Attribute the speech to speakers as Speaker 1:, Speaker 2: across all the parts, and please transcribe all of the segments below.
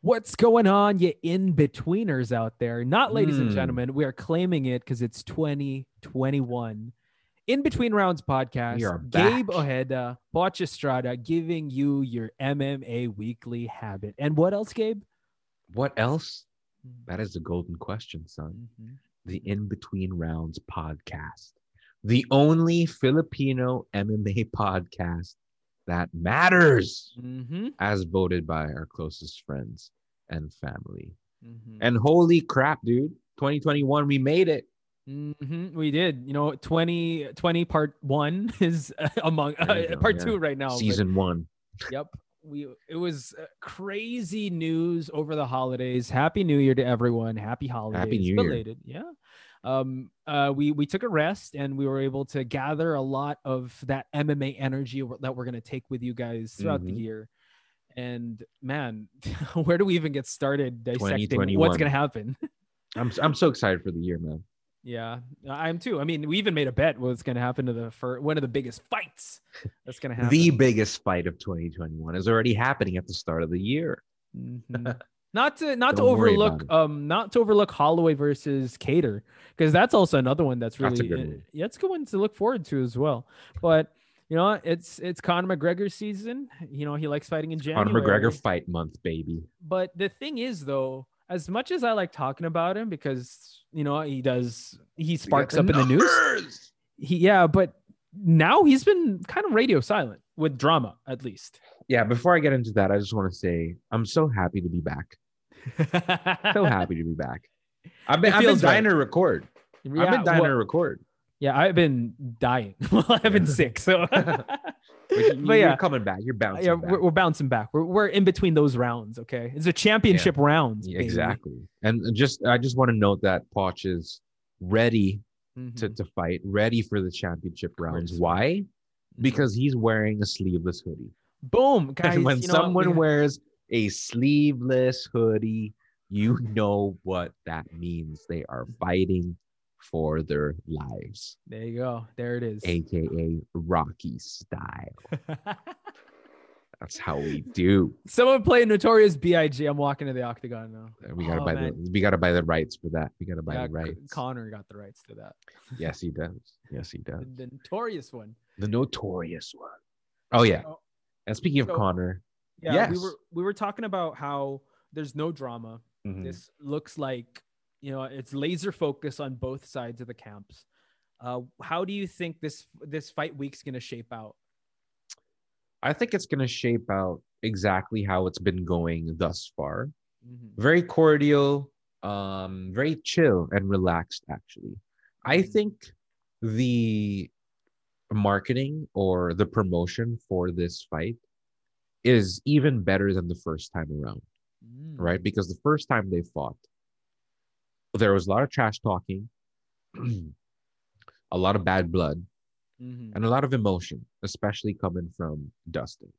Speaker 1: What's going on, you in betweeners out there? Not ladies and
Speaker 2: Hmm.
Speaker 1: gentlemen, we are claiming it because it's 2021. In between rounds podcast,
Speaker 2: We are
Speaker 1: Gabe
Speaker 2: back.
Speaker 1: Ojeda, Botch Estrada giving you your MMA weekly habit. And what else, Gabe?
Speaker 2: What else? That is the golden question, son. The In Between Rounds podcast, the only Filipino MMA podcast that matters,
Speaker 1: Mm-hmm.
Speaker 2: as voted by our closest friends and family.
Speaker 1: Mm-hmm.
Speaker 2: And holy crap, dude, 2021, we made it.
Speaker 1: hmm We did. You know, 20, 20 part one is uh, among
Speaker 2: There you
Speaker 1: uh,
Speaker 2: go,
Speaker 1: part
Speaker 2: yeah.
Speaker 1: two right now. but-
Speaker 2: Season one.
Speaker 1: Yep. We it was uh, crazy news over the holidays. Happy New Year to everyone. Happy holidays.
Speaker 2: New Year.
Speaker 1: Belated. Yeah. Um uh we we took a rest and we were able to gather a lot of that MMA energy w- that we're going to take with you guys throughout
Speaker 2: Mhm.
Speaker 1: the year. And man, where do we even get started dissecting what's
Speaker 2: 2021.
Speaker 1: going to happen?
Speaker 2: I'm, I'm so excited for the year, man.
Speaker 1: yeah, I am too. I mean, we even made a bet what's going to happen to the fir- one of the biggest fights that's going to happen.
Speaker 2: The biggest fight of 2021 is already happening at the start of the year.
Speaker 1: Mhm. not to not to
Speaker 2: Mm-hmm. Don't worry about
Speaker 1: overlook um not to overlook Holloway versus Cater because that's also another one that's really eh,
Speaker 2: That's a good one.
Speaker 1: yeah it's a good one to look forward to as well. But you know it's it's Conor McGregor season. You know he likes fighting in January.
Speaker 2: Conor McGregor fight month, baby.
Speaker 1: But the thing is though, as much as I like talking about him because you know he does he sparks up in the news. He, yeah, but now he's been kind of radio silent with drama at least.
Speaker 2: Yeah, before I get into that, I just want to say I'm so happy to be back. So happy to be back. I've been,
Speaker 1: It
Speaker 2: I've been
Speaker 1: feels right.
Speaker 2: dying to record. I've
Speaker 1: Yeah,
Speaker 2: been dying
Speaker 1: well-
Speaker 2: to record.
Speaker 1: Yeah, I've been dying. well, I've been
Speaker 2: Yeah.
Speaker 1: sick, so
Speaker 2: But, you,
Speaker 1: But yeah.
Speaker 2: are coming back. You're bouncing
Speaker 1: yeah,
Speaker 2: back.
Speaker 1: we're, we're bouncing back. We're, we're in between those rounds. Okay, it's a championship rounds.
Speaker 2: Yeah,
Speaker 1: baby.
Speaker 2: exactly. And just I just want to note that Poch is ready
Speaker 1: Mhm.
Speaker 2: to, to fight, ready for the championship
Speaker 1: course.
Speaker 2: rounds.
Speaker 1: Mm-hmm.
Speaker 2: Why? Because he's wearing a sleeveless hoodie.
Speaker 1: boom, guys.
Speaker 2: and when
Speaker 1: you know what?
Speaker 2: someone
Speaker 1: We-
Speaker 2: wears a sleeveless hoodie, you know what that means. They are fighting for their lives,
Speaker 1: there you go. There it is.
Speaker 2: aka Rocky style. That's how we do.
Speaker 1: someone play Notorious B.I.G. I'm walking to the octagon now.
Speaker 2: And We gotta
Speaker 1: Oh,
Speaker 2: buy the we gotta buy the rights for that. We gotta buy
Speaker 1: Yeah,
Speaker 2: the
Speaker 1: C-
Speaker 2: rights.
Speaker 1: Connor got the rights to that.
Speaker 2: yes, he does. Yes, he does.
Speaker 1: The, the notorious one.
Speaker 2: The notorious one. Oh yeah.
Speaker 1: So,
Speaker 2: And speaking of
Speaker 1: So-
Speaker 2: Connor,
Speaker 1: yeah, we
Speaker 2: Yes.
Speaker 1: were we were talking about how there's no drama.
Speaker 2: Mm. Mm-hmm.
Speaker 1: this looks like you know it's laser focus on both sides of the camps uh, how do you think this this fight week's going to shape out
Speaker 2: I think it's gonna shape out exactly how it's been going thus far. very cordial, um, very chill and relaxed, actually. I
Speaker 1: Mhm.
Speaker 2: think the marketing or the promotion for this fight is even better than the first time around,
Speaker 1: Mm-hmm.
Speaker 2: right? Because the first time they fought, there was a lot of trash talking, a lot of bad blood,
Speaker 1: mm-hmm.
Speaker 2: and a lot of emotion, especially coming from Dustin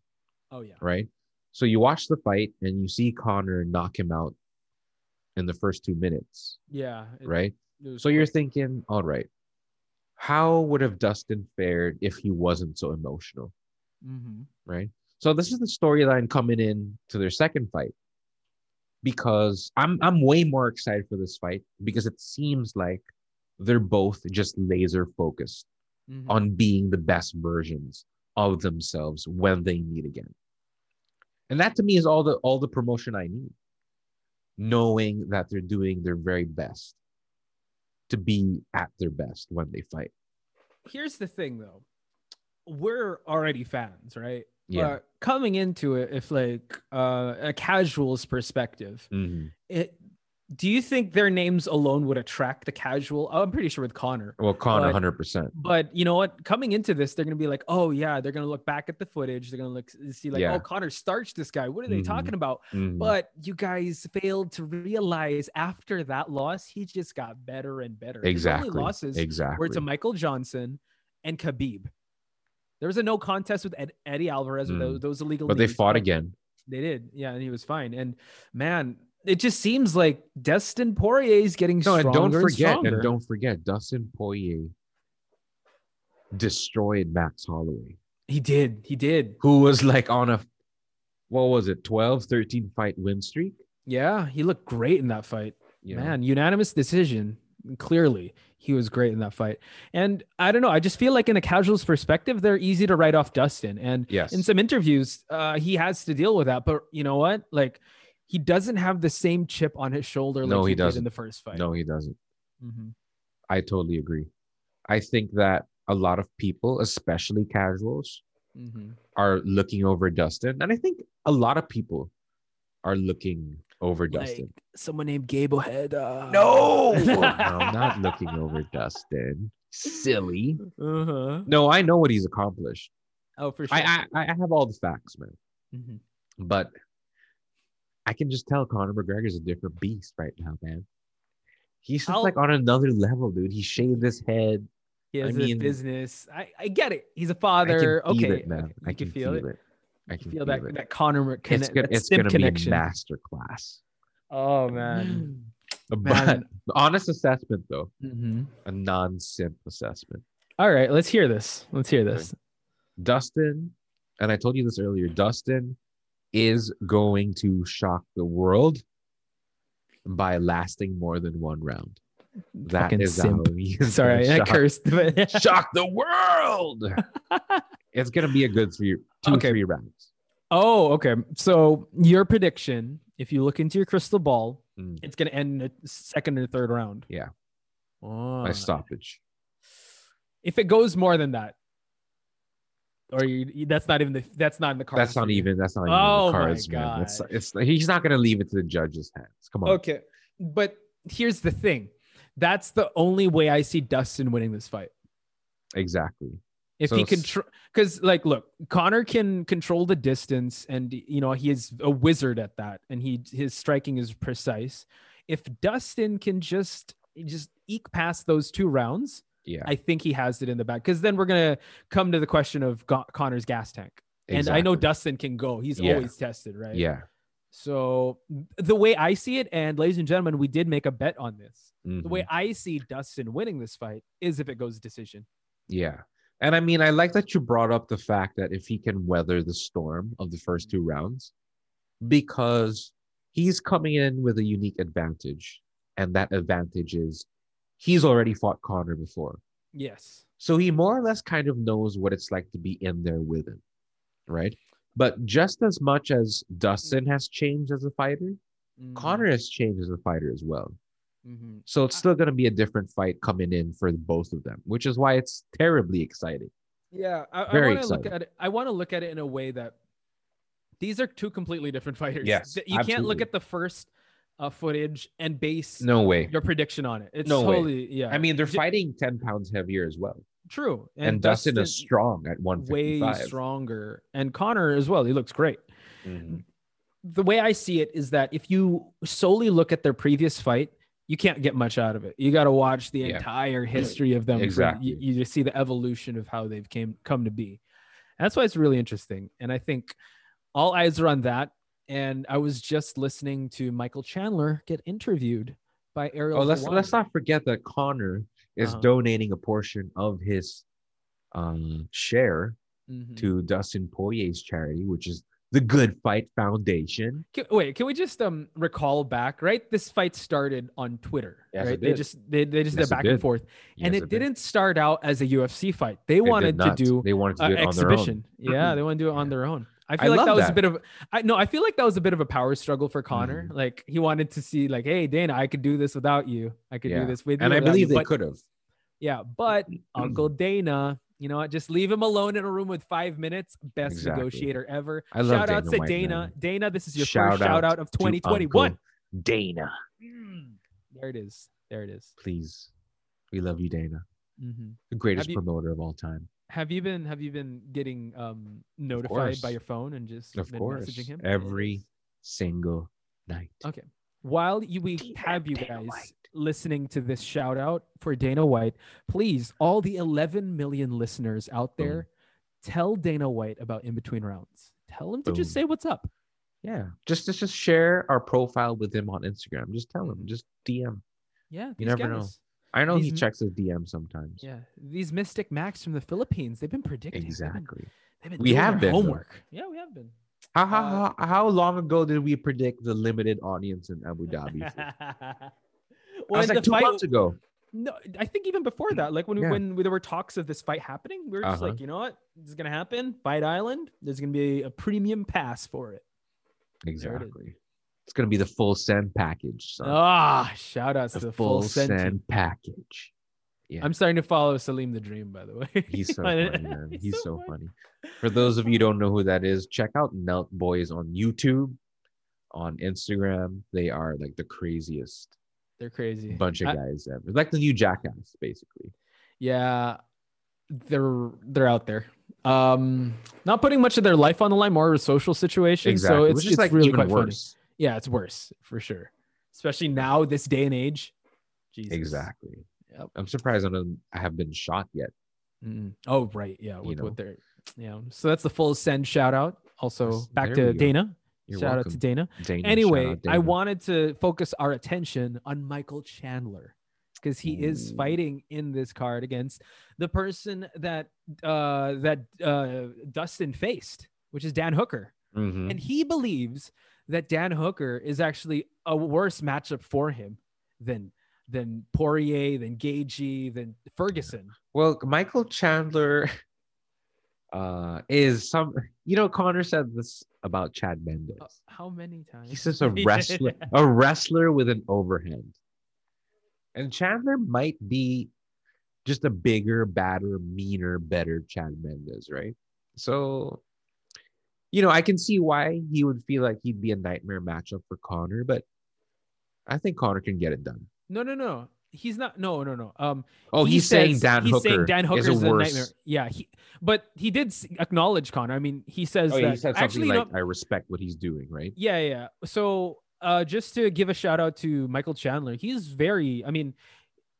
Speaker 1: oh yeah
Speaker 2: right? So you watch the fight and you see Connor knock him out in the first two minutes,
Speaker 1: yeah it-
Speaker 2: right?
Speaker 1: it was
Speaker 2: So you're
Speaker 1: quick.
Speaker 2: thinking, all right, how would have Dustin fared if he wasn't so emotional,
Speaker 1: Mhm.
Speaker 2: right? So this is the storyline coming in to their second fight because I'm I'm way more excited for this fight because it seems like they're both just laser focused
Speaker 1: Mhm.
Speaker 2: on being the best versions of themselves when they meet again. And that to me is all the all the promotion I need. Knowing that they're doing their very best to be at their best when they fight.
Speaker 1: here's the thing though we're already fans right
Speaker 2: Yeah.
Speaker 1: but coming into it if like uh, a casual's perspective
Speaker 2: Mm-hmm.
Speaker 1: it do you think their names alone would attract the casual i'm pretty sure with connor
Speaker 2: Well, Connor,
Speaker 1: But-
Speaker 2: hundred percent.
Speaker 1: But you know what? Coming into this, they're gonna be like, oh yeah, they're gonna look back at the footage. They're gonna look see like,
Speaker 2: Yeah.
Speaker 1: oh Connor starched this guy. What are they
Speaker 2: Mhm.
Speaker 1: talking about? But you guys failed to realize after that loss, he just got better and better. His only
Speaker 2: Exactly.
Speaker 1: losses
Speaker 2: Exactly.
Speaker 1: were to Michael Johnson and Khabib. There was a no contest with Ed- Eddie Alvarez with
Speaker 2: Mm.
Speaker 1: those, those illegal.
Speaker 2: but they
Speaker 1: knees,
Speaker 2: fought again.
Speaker 1: They did, yeah, and he was fine. And man, it just seems like Destin Poirier is getting
Speaker 2: No,
Speaker 1: stronger
Speaker 2: and don't forget,
Speaker 1: stronger.
Speaker 2: and don't forget, Dustin Poirier destroyed Max Holloway.
Speaker 1: He did. He did.
Speaker 2: who was like on a what was it 12 13 fight win streak
Speaker 1: Yeah, he looked great in that fight.
Speaker 2: you know?
Speaker 1: Man, unanimous decision. Clearly, he was great in that fight. And I don't know. I just feel like in a casual's perspective, they're easy to write off Dustin. And
Speaker 2: Yes.
Speaker 1: in some interviews, uh, he has to deal with that. But you know what? Like, he doesn't have the same chip on his shoulder like
Speaker 2: No,
Speaker 1: he,
Speaker 2: he
Speaker 1: did in
Speaker 2: doesn't.
Speaker 1: the first fight.
Speaker 2: no, he doesn't.
Speaker 1: Mhm.
Speaker 2: I totally agree. I think that a lot of people, especially casuals,
Speaker 1: Mhm.
Speaker 2: are looking over Dustin. And I think a lot of people are looking over Dustin.
Speaker 1: Like uh, someone named Gabe Ojeda.
Speaker 2: no, I'm not looking over Dustin. Silly.
Speaker 1: Uh-huh.
Speaker 2: No, I know what he's accomplished.
Speaker 1: Oh, for sure.
Speaker 2: I, I I have all the facts, man.
Speaker 1: Mhm.
Speaker 2: But I can just tell Conor McGregor's a different beast right now, man. He's just
Speaker 1: I'll-
Speaker 2: like on another level, dude. He shaved his head.
Speaker 1: He
Speaker 2: I
Speaker 1: has a
Speaker 2: mean-
Speaker 1: business. I, I get it. He's a
Speaker 2: I can
Speaker 1: father.
Speaker 2: feel
Speaker 1: okay.
Speaker 2: it, man.
Speaker 1: okay. You
Speaker 2: I can, feel, it. I
Speaker 1: You
Speaker 2: can
Speaker 1: feel that
Speaker 2: it.
Speaker 1: that Connor
Speaker 2: it's
Speaker 1: connection.
Speaker 2: gonna, it's gonna be a masterclass.
Speaker 1: Oh man.
Speaker 2: But
Speaker 1: Man.
Speaker 2: honest assessment though,
Speaker 1: Mhm.
Speaker 2: a non-simp assessment.
Speaker 1: All right, let's hear this. Let's hear this.
Speaker 2: Dustin, and I told you this earlier, Dustin is going to shock the world by lasting more than one round. That
Speaker 1: Fucking
Speaker 2: is
Speaker 1: simp.
Speaker 2: how he is
Speaker 1: Sorry,
Speaker 2: gonna
Speaker 1: I
Speaker 2: shock,
Speaker 1: cursed. But
Speaker 2: shock the world. it's gonna be a good three, two,
Speaker 1: Okay.
Speaker 2: three rounds.
Speaker 1: oh, okay. So your prediction, if you look into your crystal ball,
Speaker 2: Mm.
Speaker 1: it's gonna end in the second or third round.
Speaker 2: Yeah.
Speaker 1: Oh.
Speaker 2: By stoppage.
Speaker 1: If it goes more than that, or you, that's not even the that's not in the card.
Speaker 2: That's not even. That's not even
Speaker 1: Oh
Speaker 2: the
Speaker 1: my
Speaker 2: cards, man. That's, it's he's not gonna leave it to the judge's hands. Come on.
Speaker 1: Okay. But here's the thing. That's the only way I see Dustin winning this fight.
Speaker 2: Exactly.
Speaker 1: If
Speaker 2: So
Speaker 1: he
Speaker 2: s-
Speaker 1: control, because like, look, Connor can control the distance, and you know he is a wizard at that, and he his striking is precise. If Dustin can just just eke past those two rounds,
Speaker 2: Yeah.
Speaker 1: I think he has it in the back. Because then we're gonna come to the question of Go- Connor's gas tank, and I know
Speaker 2: exactly.
Speaker 1: Dustin can go. He's
Speaker 2: Yeah.
Speaker 1: always tested, right?
Speaker 2: Yeah.
Speaker 1: So the way I see it, and ladies and gentlemen, we did make a bet on this. The
Speaker 2: Mhm.
Speaker 1: way I see Dustin winning this fight is if it goes decision.
Speaker 2: Yeah. And I mean, I like that you brought up the fact that if he can weather the storm of the first two rounds, because he's coming in with a unique advantage. And that advantage is he's already fought Connor before.
Speaker 1: Yes.
Speaker 2: So he more or less kind of knows what it's like to be in there with him. Right. But just as much as Dustin has changed as a fighter, Connor has changed as a fighter as well.
Speaker 1: Mm-hmm.
Speaker 2: So it's still going to be a different fight coming in for both of them, which is why it's terribly exciting.
Speaker 1: Yeah, I, I
Speaker 2: Very
Speaker 1: want to look
Speaker 2: exciting.
Speaker 1: at it. I want to look at it in a way that these are two completely different fighters.
Speaker 2: Yes,
Speaker 1: Th- you can't look
Speaker 2: absolutely.
Speaker 1: at the first uh, footage and base
Speaker 2: No way.
Speaker 1: your prediction on it. It's
Speaker 2: No way.
Speaker 1: totally yeah.
Speaker 2: I mean, they're
Speaker 1: Ju-
Speaker 2: fighting 10 pounds heavier as well.
Speaker 1: true.
Speaker 2: And, Dustin, is strong at
Speaker 1: way
Speaker 2: 155.
Speaker 1: stronger, and Connor as well. He looks great. Mm-hmm.
Speaker 2: Mhm.
Speaker 1: the way I see it is that if you solely look at their previous fight, you can't get much out of it. You got to watch the
Speaker 2: Yeah.
Speaker 1: entire history of them. for-
Speaker 2: Exactly.
Speaker 1: you, you just see the evolution of how they've came come to be. That's why it's really interesting. And I think all eyes are on that. And I was just listening to Michael Chandler get interviewed by Ariel.
Speaker 2: Oh, let's let's
Speaker 1: Helwani.
Speaker 2: not forget that Connor is
Speaker 1: Uh-huh.
Speaker 2: donating a portion of his um, share
Speaker 1: Mhm.
Speaker 2: to Dustin Poirier's charity, which is the Good Fight Foundation.
Speaker 1: Can- wait, can we just um recall back? Right, this fight started on Twitter.
Speaker 2: Yes, it
Speaker 1: right, they
Speaker 2: did.
Speaker 1: just they, they just
Speaker 2: Yes,
Speaker 1: did
Speaker 2: it
Speaker 1: back and
Speaker 2: did.
Speaker 1: forth. and
Speaker 2: Yes,
Speaker 1: it,
Speaker 2: did.
Speaker 1: didn't start out as a UFC fight. They
Speaker 2: It did
Speaker 1: wanted to
Speaker 2: not.
Speaker 1: do
Speaker 2: They wanted to
Speaker 1: an
Speaker 2: do it on their own.
Speaker 1: exhibition. Yeah, they want to do it on
Speaker 2: Yeah.
Speaker 1: their own. I
Speaker 2: I
Speaker 1: feel like
Speaker 2: love
Speaker 1: that was a
Speaker 2: that.
Speaker 1: bit of I no, I feel like that was a bit of a power struggle for Connor.
Speaker 2: Mm-hmm.
Speaker 1: Like he wanted to see like, hey Dana, I could do this without you. I could
Speaker 2: Yeah.
Speaker 1: do this with you.
Speaker 2: And I
Speaker 1: without
Speaker 2: believe
Speaker 1: you.
Speaker 2: they
Speaker 1: But-
Speaker 2: could Mm-hmm. have.
Speaker 1: Yeah, but Uncle Dana, you know what? Just leave him alone in a room with five minutes. Best
Speaker 2: Exactly.
Speaker 1: negotiator ever.
Speaker 2: I love
Speaker 1: shout out
Speaker 2: Dana
Speaker 1: to
Speaker 2: White,
Speaker 1: Dana.
Speaker 2: man.
Speaker 1: Dana, this is your
Speaker 2: Shout
Speaker 1: first shout
Speaker 2: out
Speaker 1: out of
Speaker 2: To Uncle
Speaker 1: 2021.
Speaker 2: Dana,
Speaker 1: Mm. There it is. There it is.
Speaker 2: please. We love you, Dana.
Speaker 1: Mm-hmm.
Speaker 2: The greatest
Speaker 1: you-
Speaker 2: promoter of all time.
Speaker 1: Have you been have you been getting um notified by
Speaker 2: course.
Speaker 1: your phone and just
Speaker 2: Of
Speaker 1: been
Speaker 2: course.
Speaker 1: messaging him
Speaker 2: Every single night.
Speaker 1: Okay. While you, we
Speaker 2: Dana-
Speaker 1: have you
Speaker 2: Dana
Speaker 1: guys
Speaker 2: White.
Speaker 1: listening to this shout out for Dana White, please, all the 11 million listeners out
Speaker 2: Boom.
Speaker 1: there, tell Dana White about in between rounds. Tell him to just
Speaker 2: Boom.
Speaker 1: say what's up.
Speaker 2: Yeah. Just just just share our profile with him on Instagram. Just tell him.
Speaker 1: Mhm.
Speaker 2: Just DM.
Speaker 1: Yeah,
Speaker 2: You
Speaker 1: these
Speaker 2: never know.
Speaker 1: guys.
Speaker 2: I know he
Speaker 1: He's-
Speaker 2: checks his DM sometimes.
Speaker 1: Mm-hmm. Yeah, these Mystic Max from the Philippines—they've been predicting. They've been-
Speaker 2: Exactly.
Speaker 1: They've been
Speaker 2: We
Speaker 1: doing
Speaker 2: have
Speaker 1: their
Speaker 2: been, though.
Speaker 1: homework. Yeah, we have been.
Speaker 2: How, how,
Speaker 1: Uh,
Speaker 2: how, how long ago did we predict the limited audience in Abu Dhabi? for?
Speaker 1: well,
Speaker 2: That's
Speaker 1: in
Speaker 2: like
Speaker 1: the
Speaker 2: two
Speaker 1: fight,
Speaker 2: months ago.
Speaker 1: no, I think even before that, like when
Speaker 2: Yeah.
Speaker 1: when there were talks of this fight happening, we were just
Speaker 2: Uh-huh.
Speaker 1: like, you know what, this is gonna happen. Fight Island, there's gonna be a premium pass for it. started.
Speaker 2: Exactly. It's gonna be the full send package. son.
Speaker 1: Ah, shout outs
Speaker 2: the,
Speaker 1: to the full
Speaker 2: full, send,
Speaker 1: send. team.
Speaker 2: package. Yeah.
Speaker 1: I'm starting to follow Salim the Dream, by the way.
Speaker 2: He's so funny, man. He's, so, funny. For those of
Speaker 1: you.
Speaker 2: you who don't know who that is, check out Nelt Boys on YouTube, on Instagram. They are like the craziest
Speaker 1: They're crazy.
Speaker 2: bunch of
Speaker 1: I-
Speaker 2: guys ever. Like the new Jackass, basically.
Speaker 1: yeah, they're they're out there. Um, not putting much of their life on the line, more of a social situation. So it's,
Speaker 2: Which is
Speaker 1: it's
Speaker 2: like
Speaker 1: really
Speaker 2: even
Speaker 1: quite worse.
Speaker 2: worse.
Speaker 1: Yeah, it's worse for sure, especially now this day and age. Jesus.
Speaker 2: Exactly.
Speaker 1: Yep.
Speaker 2: I'm surprised I don't I have been shot yet.
Speaker 1: Mm. Oh right, yeah. With
Speaker 2: know.
Speaker 1: what they're yeah. So that's the full send shout out. Also
Speaker 2: Yes,
Speaker 1: back
Speaker 2: there
Speaker 1: to
Speaker 2: we go.
Speaker 1: Dana.
Speaker 2: You're
Speaker 1: shout out
Speaker 2: welcome.
Speaker 1: to Dana.
Speaker 2: Dana, shout
Speaker 1: anyway,
Speaker 2: out
Speaker 1: I
Speaker 2: Dana.
Speaker 1: wanted to focus our attention on Michael Chandler because he is
Speaker 2: Ooh.
Speaker 1: fighting in this card against the person that uh, that uh, Dustin faced, which is Dan Hooker,
Speaker 2: Mhm.
Speaker 1: and he believes that Dan Hooker is actually a worse matchup for him than than Poirier, than Gagey, than Ferguson.
Speaker 2: Well, Michael Chandler uh is some you know Connor said this about Chad Mendes.
Speaker 1: Uh, How many times?
Speaker 2: He's just a
Speaker 1: Yeah.
Speaker 2: wrestler, a wrestler with an overhand. And Chandler might be just a bigger, badder, meaner, better Chad Mendes, right? So, you know, I can see why he would feel like he'd be a nightmare matchup for Connor, but I think Connor can get it done.
Speaker 1: No, no, no. He's not. No, no, no. Um,
Speaker 2: Oh,
Speaker 1: he
Speaker 2: he's saying
Speaker 1: says-
Speaker 2: Dan
Speaker 1: he's
Speaker 2: Hooker
Speaker 1: saying Dan Hooker
Speaker 2: is a worse.
Speaker 1: nightmare. Yeah, he, but he did s- acknowledge Connor. I mean, he says
Speaker 2: Oh, yeah,
Speaker 1: that
Speaker 2: he said something
Speaker 1: actually,
Speaker 2: like,
Speaker 1: no,
Speaker 2: "I respect what he's doing," right?
Speaker 1: yeah, yeah. yeah. So, uh, just to give a shout out to Michael Chandler, he's very. I mean,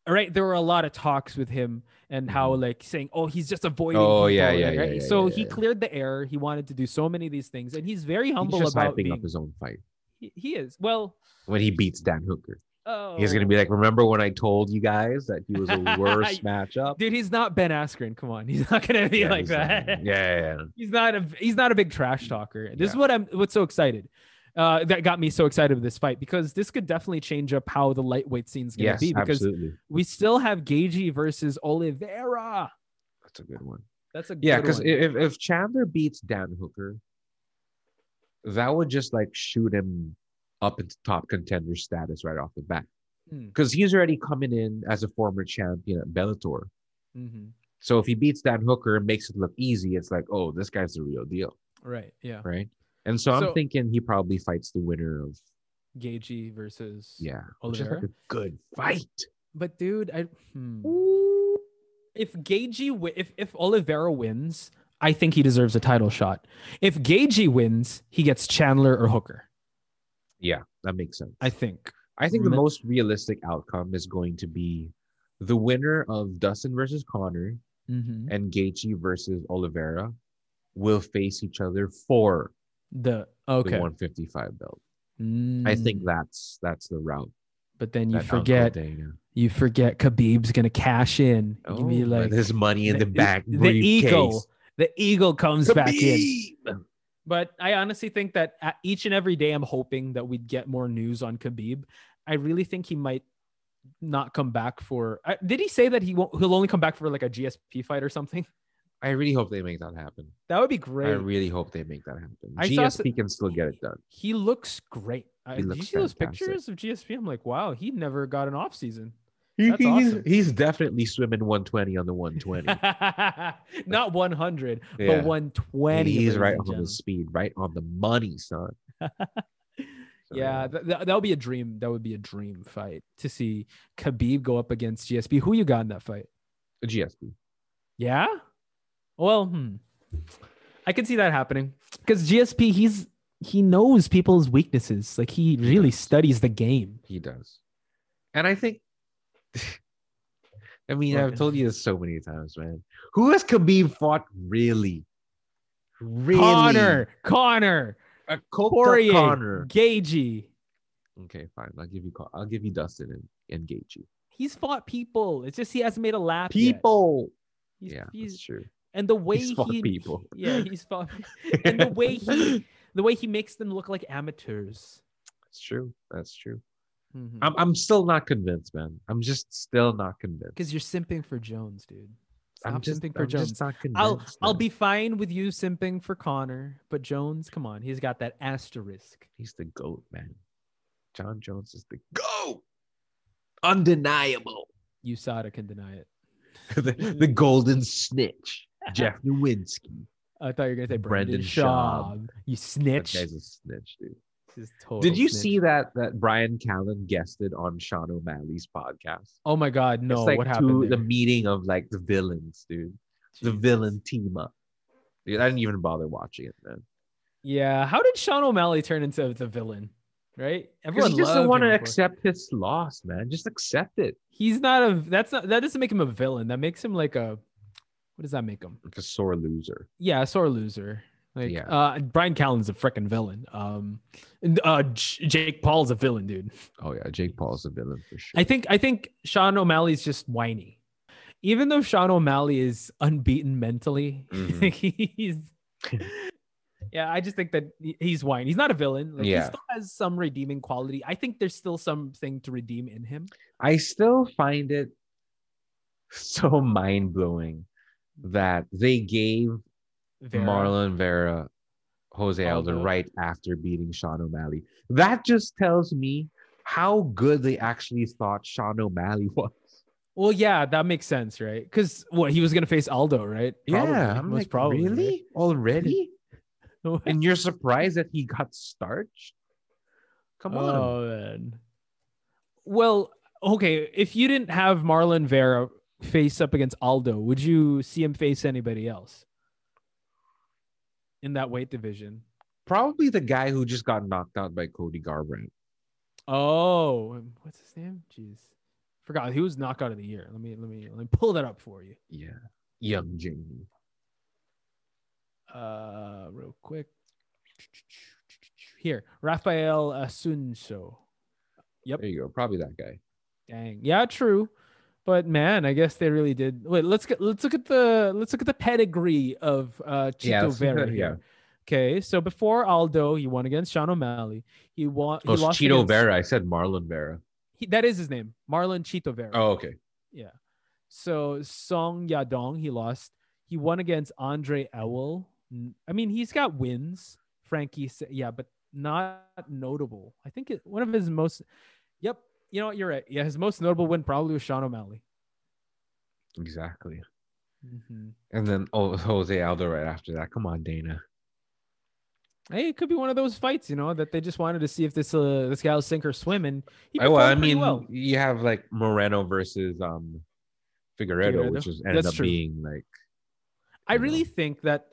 Speaker 1: right? There were a lot of talks with him and how
Speaker 2: Mhm.
Speaker 1: like saying, "Oh, he's just avoiding."
Speaker 2: Oh,
Speaker 1: people,
Speaker 2: yeah,
Speaker 1: and,
Speaker 2: yeah,
Speaker 1: like,
Speaker 2: yeah,
Speaker 1: right?
Speaker 2: yeah,
Speaker 1: So
Speaker 2: yeah,
Speaker 1: he
Speaker 2: yeah.
Speaker 1: cleared the air. He wanted to do so many of these things, and he's very humble
Speaker 2: he's just
Speaker 1: about
Speaker 2: hyping
Speaker 1: being.
Speaker 2: up his own fight
Speaker 1: he, he is well.
Speaker 2: when he beats Dan Hooker.
Speaker 1: Oh,
Speaker 2: He's gonna be like, "Remember when I told you guys that he was a worse matchup?"
Speaker 1: dude. He's not Ben Askren. Come on, he's not gonna be
Speaker 2: Yeah,
Speaker 1: like
Speaker 2: he's not
Speaker 1: that.
Speaker 2: gonna- yeah, yeah, yeah.
Speaker 1: he's not a he's not a big trash talker. This is
Speaker 2: Yeah.
Speaker 1: what I'm what's so excited. Uh, that got me so excited with this fight because this could definitely change up how the lightweight scene's gonna
Speaker 2: Yes,
Speaker 1: be because
Speaker 2: absolutely.
Speaker 1: we still have Gagey versus Oliveira.
Speaker 2: That's a good one.
Speaker 1: That's a
Speaker 2: Yeah,
Speaker 1: good
Speaker 2: because
Speaker 1: one.
Speaker 2: if if Chandler beats Dan Hooker, that would just like shoot him up into top contender status right off the bat.
Speaker 1: Hmm.
Speaker 2: Because he's already coming in as a former champion at Bellator.
Speaker 1: Mhm.
Speaker 2: So if he beats Dan Hooker and makes it look easy, it's like, oh, this guy's the real deal,
Speaker 1: right, yeah,
Speaker 2: right? And so,
Speaker 1: So-
Speaker 2: I'm thinking he probably fights the winner of
Speaker 1: Gagey versus
Speaker 2: yeah, which is
Speaker 1: Oliveira.
Speaker 2: like a good fight.
Speaker 1: But dude, I hmm. if Gagey wi- if if Oliveira wins, I think he deserves a title shot. If Gagey wins, he gets Chandler or Hooker.
Speaker 2: Yeah, that makes sense.
Speaker 1: I think.
Speaker 2: I think the
Speaker 1: Ma-
Speaker 2: most realistic outcome is going to be the winner of Dustin versus Connor
Speaker 1: Mhm.
Speaker 2: and Gaethje versus Oliveira will face each other for
Speaker 1: The
Speaker 2: the
Speaker 1: okay. Mm,
Speaker 2: 155 belt. I think that's that's the route.
Speaker 1: But then you
Speaker 2: that Uncle
Speaker 1: forget,
Speaker 2: Dana.
Speaker 1: you forget Khabib's gonna cash in. You can be
Speaker 2: Oh,
Speaker 1: like
Speaker 2: there's money in the,
Speaker 1: the-
Speaker 2: back.
Speaker 1: the ego
Speaker 2: briefcase.
Speaker 1: the eagle comes back in.
Speaker 2: Khabib!
Speaker 1: But I honestly think that at each and every day, I'm hoping that we'd get more news on Khabib. I really think he might not come back for. I, did he say that he won't? He'll only come back for like a GSP fight or something.
Speaker 2: I really hope they make that happen.
Speaker 1: That would be
Speaker 2: I
Speaker 1: great.
Speaker 2: really hope they make that happen.
Speaker 1: I saw
Speaker 2: GSP can still get it done.
Speaker 1: he looks great. I, did you
Speaker 2: looks
Speaker 1: see those
Speaker 2: fantastic.
Speaker 1: pictures of GSP? I'm like, wow, he never got an off season.
Speaker 2: He-
Speaker 1: That's
Speaker 2: he's,
Speaker 1: awesome.
Speaker 2: he's definitely swimming 120 on the 120.
Speaker 1: Not 100,
Speaker 2: Yeah.
Speaker 1: but 120.
Speaker 2: he's
Speaker 1: ladies
Speaker 2: right
Speaker 1: and
Speaker 2: on
Speaker 1: gentlemen.
Speaker 2: the speed, right on the money, son. So,
Speaker 1: Yeah, th- th- that would be a dream. That would be a dream fight to see Khabib go up against GSP. Who you got in that fight?
Speaker 2: GSP.
Speaker 1: Yeah. Well, hmm. I could see that happening because GSP, he's he knows people's weaknesses. Like he really studies the game.
Speaker 2: He does. And I think, I mean, I've
Speaker 1: Okay.
Speaker 2: told you this so many times, man. Who has Khabib fought really? Really?
Speaker 1: Connor, Connor,
Speaker 2: A coked
Speaker 1: Poirier,
Speaker 2: up Connor.
Speaker 1: Gagey.
Speaker 2: Okay, fine. I'll give you. Con- I'll give you Dustin and, and Gaethje.
Speaker 1: He's fought people. It's just he hasn't made a lap. yet.
Speaker 2: People.
Speaker 1: He's,
Speaker 2: yeah,
Speaker 1: he's-
Speaker 2: that's true.
Speaker 1: and the way
Speaker 2: He's fought
Speaker 1: he
Speaker 2: people.
Speaker 1: yeah he's fought and the way he the way he makes them look like amateurs.
Speaker 2: That's true. That's true.
Speaker 1: Mhm.
Speaker 2: I'm, I'm still not convinced, man. I'm just still not convinced.
Speaker 1: Because you're simping for Jones, dude. Stop
Speaker 2: I'm just,
Speaker 1: simping for
Speaker 2: I'm
Speaker 1: Jones.
Speaker 2: just not convinced.
Speaker 1: I'll I'll
Speaker 2: man.
Speaker 1: be fine with you simping for Connor, but Jones, come on, he's got that asterisk.
Speaker 2: He's the goat, man. John Jones is the goat. Undeniable.
Speaker 1: USADA can deny it.
Speaker 2: the,
Speaker 1: Mm-hmm.
Speaker 2: the golden snitch. Jeff Nowinski.
Speaker 1: I thought you were gonna say Brendan,
Speaker 2: Brendan
Speaker 1: Shaw. You
Speaker 2: That
Speaker 1: snitch.
Speaker 2: guy's a snitch, dude.
Speaker 1: This is total
Speaker 2: Did you
Speaker 1: snitch.
Speaker 2: see that that Brian Callen guested on Sean O'Malley's podcast?
Speaker 1: Oh my God, no!
Speaker 2: it's like
Speaker 1: what
Speaker 2: to
Speaker 1: happened?
Speaker 2: the
Speaker 1: there?
Speaker 2: meeting of like the villains, dude. The
Speaker 1: Jesus.
Speaker 2: villain team up. Dude, I didn't even bother watching it, man.
Speaker 1: Yeah. How did Sean O'Malley turn into the villain? Right.
Speaker 2: Because
Speaker 1: Everyone
Speaker 2: he just
Speaker 1: loved
Speaker 2: doesn't want
Speaker 1: him
Speaker 2: to
Speaker 1: before.
Speaker 2: accept his loss, man. Just accept it.
Speaker 1: He's not a. That's not. That doesn't make him a villain. That makes him like a. What does that make him?
Speaker 2: Like a sore loser.
Speaker 1: Yeah, a sore loser. Like,
Speaker 2: Yeah.
Speaker 1: uh, Brian Callen's a freaking villain. Um, and, uh, J- Jake Paul's a villain, dude.
Speaker 2: Oh yeah, Jake Paul's a villain for sure.
Speaker 1: I think I think Sean O'Malley's just whiny. Even though Sean O'Malley is unbeaten mentally,
Speaker 2: Mm-hmm.
Speaker 1: he's yeah. I just think that he- he's whiny. He's not a villain. Like, He
Speaker 2: Yeah.
Speaker 1: still has some redeeming quality. I think there's still something to redeem in him.
Speaker 2: I still find it so mind blowing that they gave
Speaker 1: Vera.
Speaker 2: Marlon Vera Jose
Speaker 1: Aldo.
Speaker 2: Aldo right after beating Sean O'Malley. That just tells me how good they actually thought Sean O'Malley was.
Speaker 1: Well, yeah, that makes sense, right? Because what he was gonna face Aldo, right?
Speaker 2: yeah, I'm
Speaker 1: most
Speaker 2: like, really? Already?
Speaker 1: right?
Speaker 2: and you're surprised that he got starched? Come on.
Speaker 1: Oh, man. Well, okay. If you didn't have Marlon Vera face up against Aldo, would you see him face anybody else in that weight division?
Speaker 2: Probably the guy who just got knocked out by Cody Garbrandt.
Speaker 1: Oh, um, what's his name? Jeez, forgot he was knockout of the year. Let me let me let me pull that up for you,
Speaker 2: Yeah. Young Jamie.
Speaker 1: uh, real quick. Here, Rafael Asuncio.
Speaker 2: There you go. Probably that guy.
Speaker 1: Dang. Yeah, true. But man, I guess they really did. Wait, let's get let's look at the let's look at the pedigree of uh Chito
Speaker 2: Yeah, let's look at
Speaker 1: Vera
Speaker 2: it,
Speaker 1: here. Okay, so before Aldo, he won against Sean O'Malley. He won. He
Speaker 2: Oh,
Speaker 1: lost
Speaker 2: Cheeto
Speaker 1: against-
Speaker 2: Vera. I said Marlon Vera.
Speaker 1: he- that is his name, Marlon Chito Vera.
Speaker 2: Oh, okay.
Speaker 1: Yeah. So Song Yadong, he lost. He won against Andre Ewell. N- I mean, he's got wins. Frankie, sa- yeah, but not notable. I think it, one of his most. Yep, you know what? You're right. Yeah, his most notable win probably was Sean O'Malley.
Speaker 2: Exactly.
Speaker 1: hmm
Speaker 2: And then oh, Jose Aldo right after that. Come on, Dana.
Speaker 1: Hey, it could be one of those fights, you know, that they just wanted to see if this uh, this guy will sink or swim, and he
Speaker 2: I, Oh, well, I
Speaker 1: performed pretty
Speaker 2: mean,
Speaker 1: well.
Speaker 2: you have like Moreno versus um Figueredo,
Speaker 1: Figueredo?
Speaker 2: which is ended
Speaker 1: That's
Speaker 2: up
Speaker 1: true.
Speaker 2: being like
Speaker 1: I
Speaker 2: you know.
Speaker 1: really think that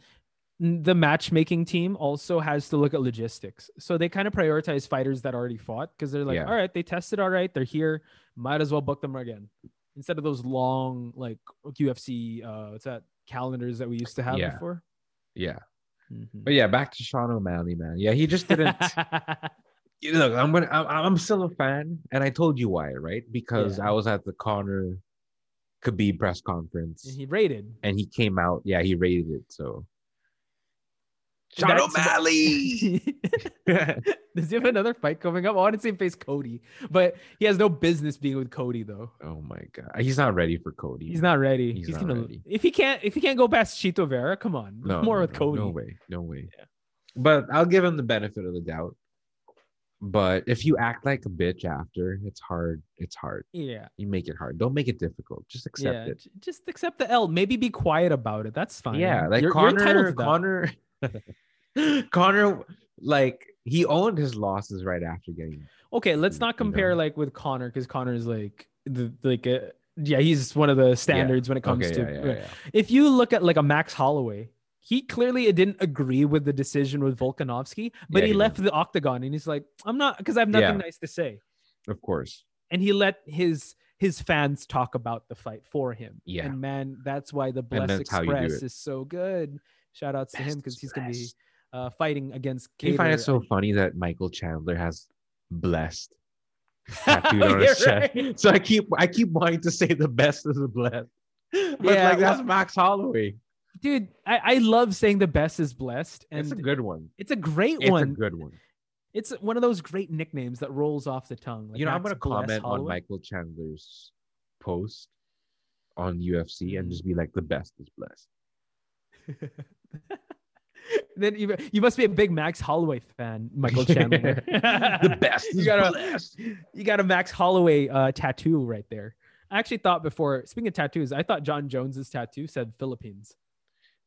Speaker 1: n- the matchmaking team also has to look at logistics. So they kind of prioritize fighters that already fought because they're like,
Speaker 2: Yeah.
Speaker 1: all right, they tested all right, they're here, might as well book them again instead of those long like UFC uh what's that calendars that we used to have
Speaker 2: Yeah.
Speaker 1: before.
Speaker 2: yeah.
Speaker 1: Mhm.
Speaker 2: But yeah, back to Sean O'Malley, man. Yeah, he just didn't. you know, I'm gonna. I'm, I'm still a fan, and I told you why, right? Because
Speaker 1: Yeah.
Speaker 2: I was at the Connor Khabib press conference,
Speaker 1: And he rated.
Speaker 2: and he came out. Yeah, he rated it. So Sean
Speaker 1: That's-
Speaker 2: O'Malley.
Speaker 1: Does he have another fight coming up? I want to see him face Cody, but he has no business being with Cody though.
Speaker 2: oh my god, he's not ready for Cody.
Speaker 1: He's not ready.
Speaker 2: He's
Speaker 1: He's,
Speaker 2: not
Speaker 1: gonna
Speaker 2: ready.
Speaker 1: if he can't if he can't go past Chito Vera, come on.
Speaker 2: no
Speaker 1: More
Speaker 2: no,
Speaker 1: with
Speaker 2: no,
Speaker 1: Cody.
Speaker 2: No way, no way.
Speaker 1: Yeah.
Speaker 2: But I'll give him the benefit of the doubt. But if you act like a bitch after, it's hard. It's hard.
Speaker 1: Yeah.
Speaker 2: You make it hard. Don't make it difficult. Just accept
Speaker 1: yeah.
Speaker 2: it.
Speaker 1: j- Just accept the L. Maybe be quiet about it. That's fine.
Speaker 2: Yeah, like
Speaker 1: You're- you're entitled
Speaker 2: Connor,
Speaker 1: to that.
Speaker 2: Connor, Connor, like he owned his losses right after getting.
Speaker 1: Okay, let's
Speaker 2: Mm, you
Speaker 1: not
Speaker 2: know.
Speaker 1: compare like with Connor because Connor is like the like uh, yeah, he's one of the standards when it comes
Speaker 2: Okay,
Speaker 1: to
Speaker 2: yeah, yeah, yeah.
Speaker 1: if you look at like a Max Holloway, he clearly didn't agree with the decision with Volkanovski, but
Speaker 2: Yeah,
Speaker 1: he
Speaker 2: he
Speaker 1: left the octagon and he's like, I'm not because I have nothing
Speaker 2: Yeah.
Speaker 1: nice to say.
Speaker 2: Of course,
Speaker 1: And he let his his fans talk about the fight for him.
Speaker 2: Yeah.
Speaker 1: And man, that's why the Bless
Speaker 2: that's how you do
Speaker 1: Express
Speaker 2: it.
Speaker 1: is so good. Shout outs to him because he's gonna be uh, fighting against
Speaker 2: Can you find
Speaker 1: Cater.
Speaker 2: it so funny that Michael Chandler has blessed tattooed on
Speaker 1: You're
Speaker 2: his chest?
Speaker 1: right.
Speaker 2: So I keep, I keep wanting to say the best is a blessed, but
Speaker 1: Yeah,
Speaker 2: like that's
Speaker 1: well-
Speaker 2: Max Holloway.
Speaker 1: dude. I, I love saying the best is blessed, and
Speaker 2: it's a good one.
Speaker 1: great
Speaker 2: It's
Speaker 1: one.
Speaker 2: a good one.
Speaker 1: It's one of those great nicknames that rolls off the tongue. Like
Speaker 2: you know, I'm
Speaker 1: Max
Speaker 2: gonna
Speaker 1: Bless
Speaker 2: comment on
Speaker 1: Holloway.
Speaker 2: Michael Chandler's post on UFC and just be like, the best is blessed.
Speaker 1: then you, you must be a big Max Holloway fan, Michael Chandler.
Speaker 2: The best
Speaker 1: You
Speaker 2: is
Speaker 1: gotta-
Speaker 2: blessed.
Speaker 1: you got a Max Holloway uh, tattoo right there. I actually thought before speaking of tattoos, I thought John Jones's tattoo said Philippines.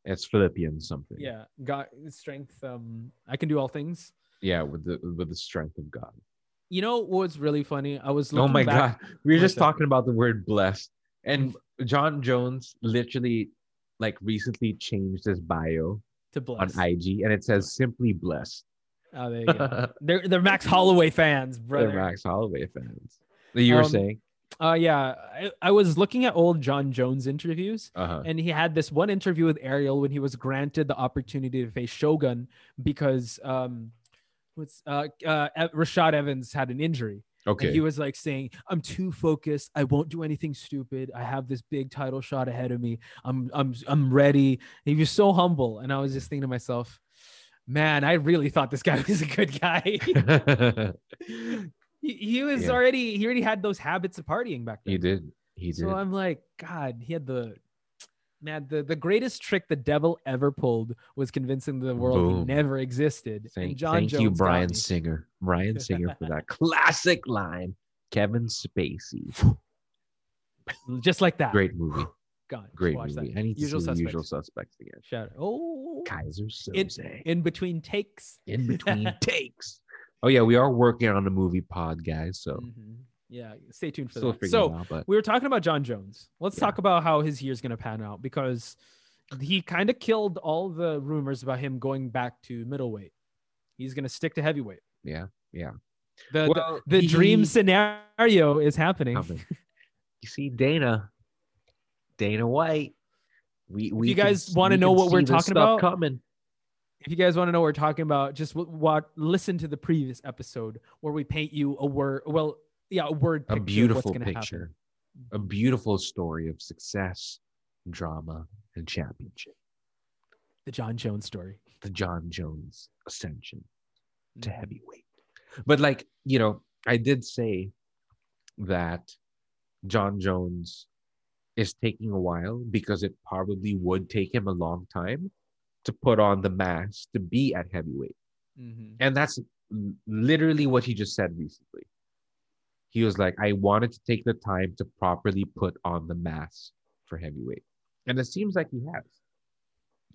Speaker 2: It's Philippian something.
Speaker 1: Yeah, got strength. Um, I can do all things.
Speaker 2: Yeah, with the with the strength of God.
Speaker 1: You know what's really funny? I was
Speaker 2: oh
Speaker 1: looking
Speaker 2: my
Speaker 1: back-
Speaker 2: god. We were
Speaker 1: One
Speaker 2: just
Speaker 1: second.
Speaker 2: talking about the word blessed. And John Jones literally like recently changed his bio
Speaker 1: to bless.
Speaker 2: on IG and it says simply blessed.
Speaker 1: oh, there you go. They're they're Max Holloway fans, brother.
Speaker 2: They're Max Holloway fans. You were
Speaker 1: Um,
Speaker 2: saying?
Speaker 1: Uh, yeah, I, I was looking at old John Jones interviews,
Speaker 2: Uh-huh.
Speaker 1: and he had this one interview with Ariel when he was granted the opportunity to face Shogun because um, what's uh, uh E- Rashad Evans had an injury.
Speaker 2: Okay.
Speaker 1: And he was like saying, "I'm too focused. I won't do anything stupid. I have this big title shot ahead of me. I'm I'm I'm ready." He was so humble, and I was just thinking to myself, "Man, I really thought this guy was a good guy. he, he was
Speaker 2: Yeah.
Speaker 1: already he already had those habits of partying back
Speaker 2: he
Speaker 1: then.
Speaker 2: did. He did.
Speaker 1: so I'm like, God, he had the man. The the greatest trick the devil ever pulled was convincing the world he
Speaker 2: Boom.
Speaker 1: never existed. and
Speaker 2: Thank,
Speaker 1: John
Speaker 2: thank
Speaker 1: Jones
Speaker 2: you,
Speaker 1: got
Speaker 2: Brian
Speaker 1: me.
Speaker 2: Singer. Brian Singer for that classic line. Kevin Spacey.
Speaker 1: just like that.
Speaker 2: Great movie.
Speaker 1: God, just
Speaker 2: Great
Speaker 1: watch
Speaker 2: movie.
Speaker 1: that.
Speaker 2: I need to
Speaker 1: Usual
Speaker 2: see
Speaker 1: Suspects.
Speaker 2: Usual Suspects again.
Speaker 1: Shout out. Oh,
Speaker 2: Kaiser
Speaker 1: It-
Speaker 2: Soze.
Speaker 1: in between takes.
Speaker 2: in between takes. Oh yeah, we are working on a movie pod, guys. So
Speaker 1: Mhm. Yeah, stay tuned for
Speaker 2: still
Speaker 1: that.
Speaker 2: figuring
Speaker 1: So uh,
Speaker 2: it out, but
Speaker 1: we were talking about John Jones. Let's
Speaker 2: Yeah.
Speaker 1: talk about how his year's going to pan out because he kind of killed all the rumors about him going back to middleweight. He's going to stick to heavyweight.
Speaker 2: Yeah, yeah.
Speaker 1: The the-
Speaker 2: Well,
Speaker 1: the, dream
Speaker 2: he-
Speaker 1: scenario is happening.
Speaker 2: Happened. you see Dana, Dana White. We, we
Speaker 1: you
Speaker 2: can
Speaker 1: guys
Speaker 2: s-
Speaker 1: wanna
Speaker 2: we
Speaker 1: know
Speaker 2: can
Speaker 1: what we're
Speaker 2: see this
Speaker 1: talking
Speaker 2: stuff
Speaker 1: about,
Speaker 2: coming.
Speaker 1: If you guys want to know what we're talking about, just w- what listen to the previous episode where we paint you a word. Well, yeah, a word.
Speaker 2: A
Speaker 1: picture of
Speaker 2: beautiful
Speaker 1: what's gonna
Speaker 2: picture, a beautiful story of success, drama, and championship.
Speaker 1: Happen. The John Jones story.
Speaker 2: The John Jones ascension. to
Speaker 1: Mm-hmm.
Speaker 2: heavyweight. But like, you know, I did say that John Jones is taking a while because it probably would take him a long time to put on the mass to be at heavyweight.
Speaker 1: Mhm.
Speaker 2: And that's l- literally what he just said recently. He was like, I wanted to take the time to properly put on the mass for heavyweight. And it seems like he has.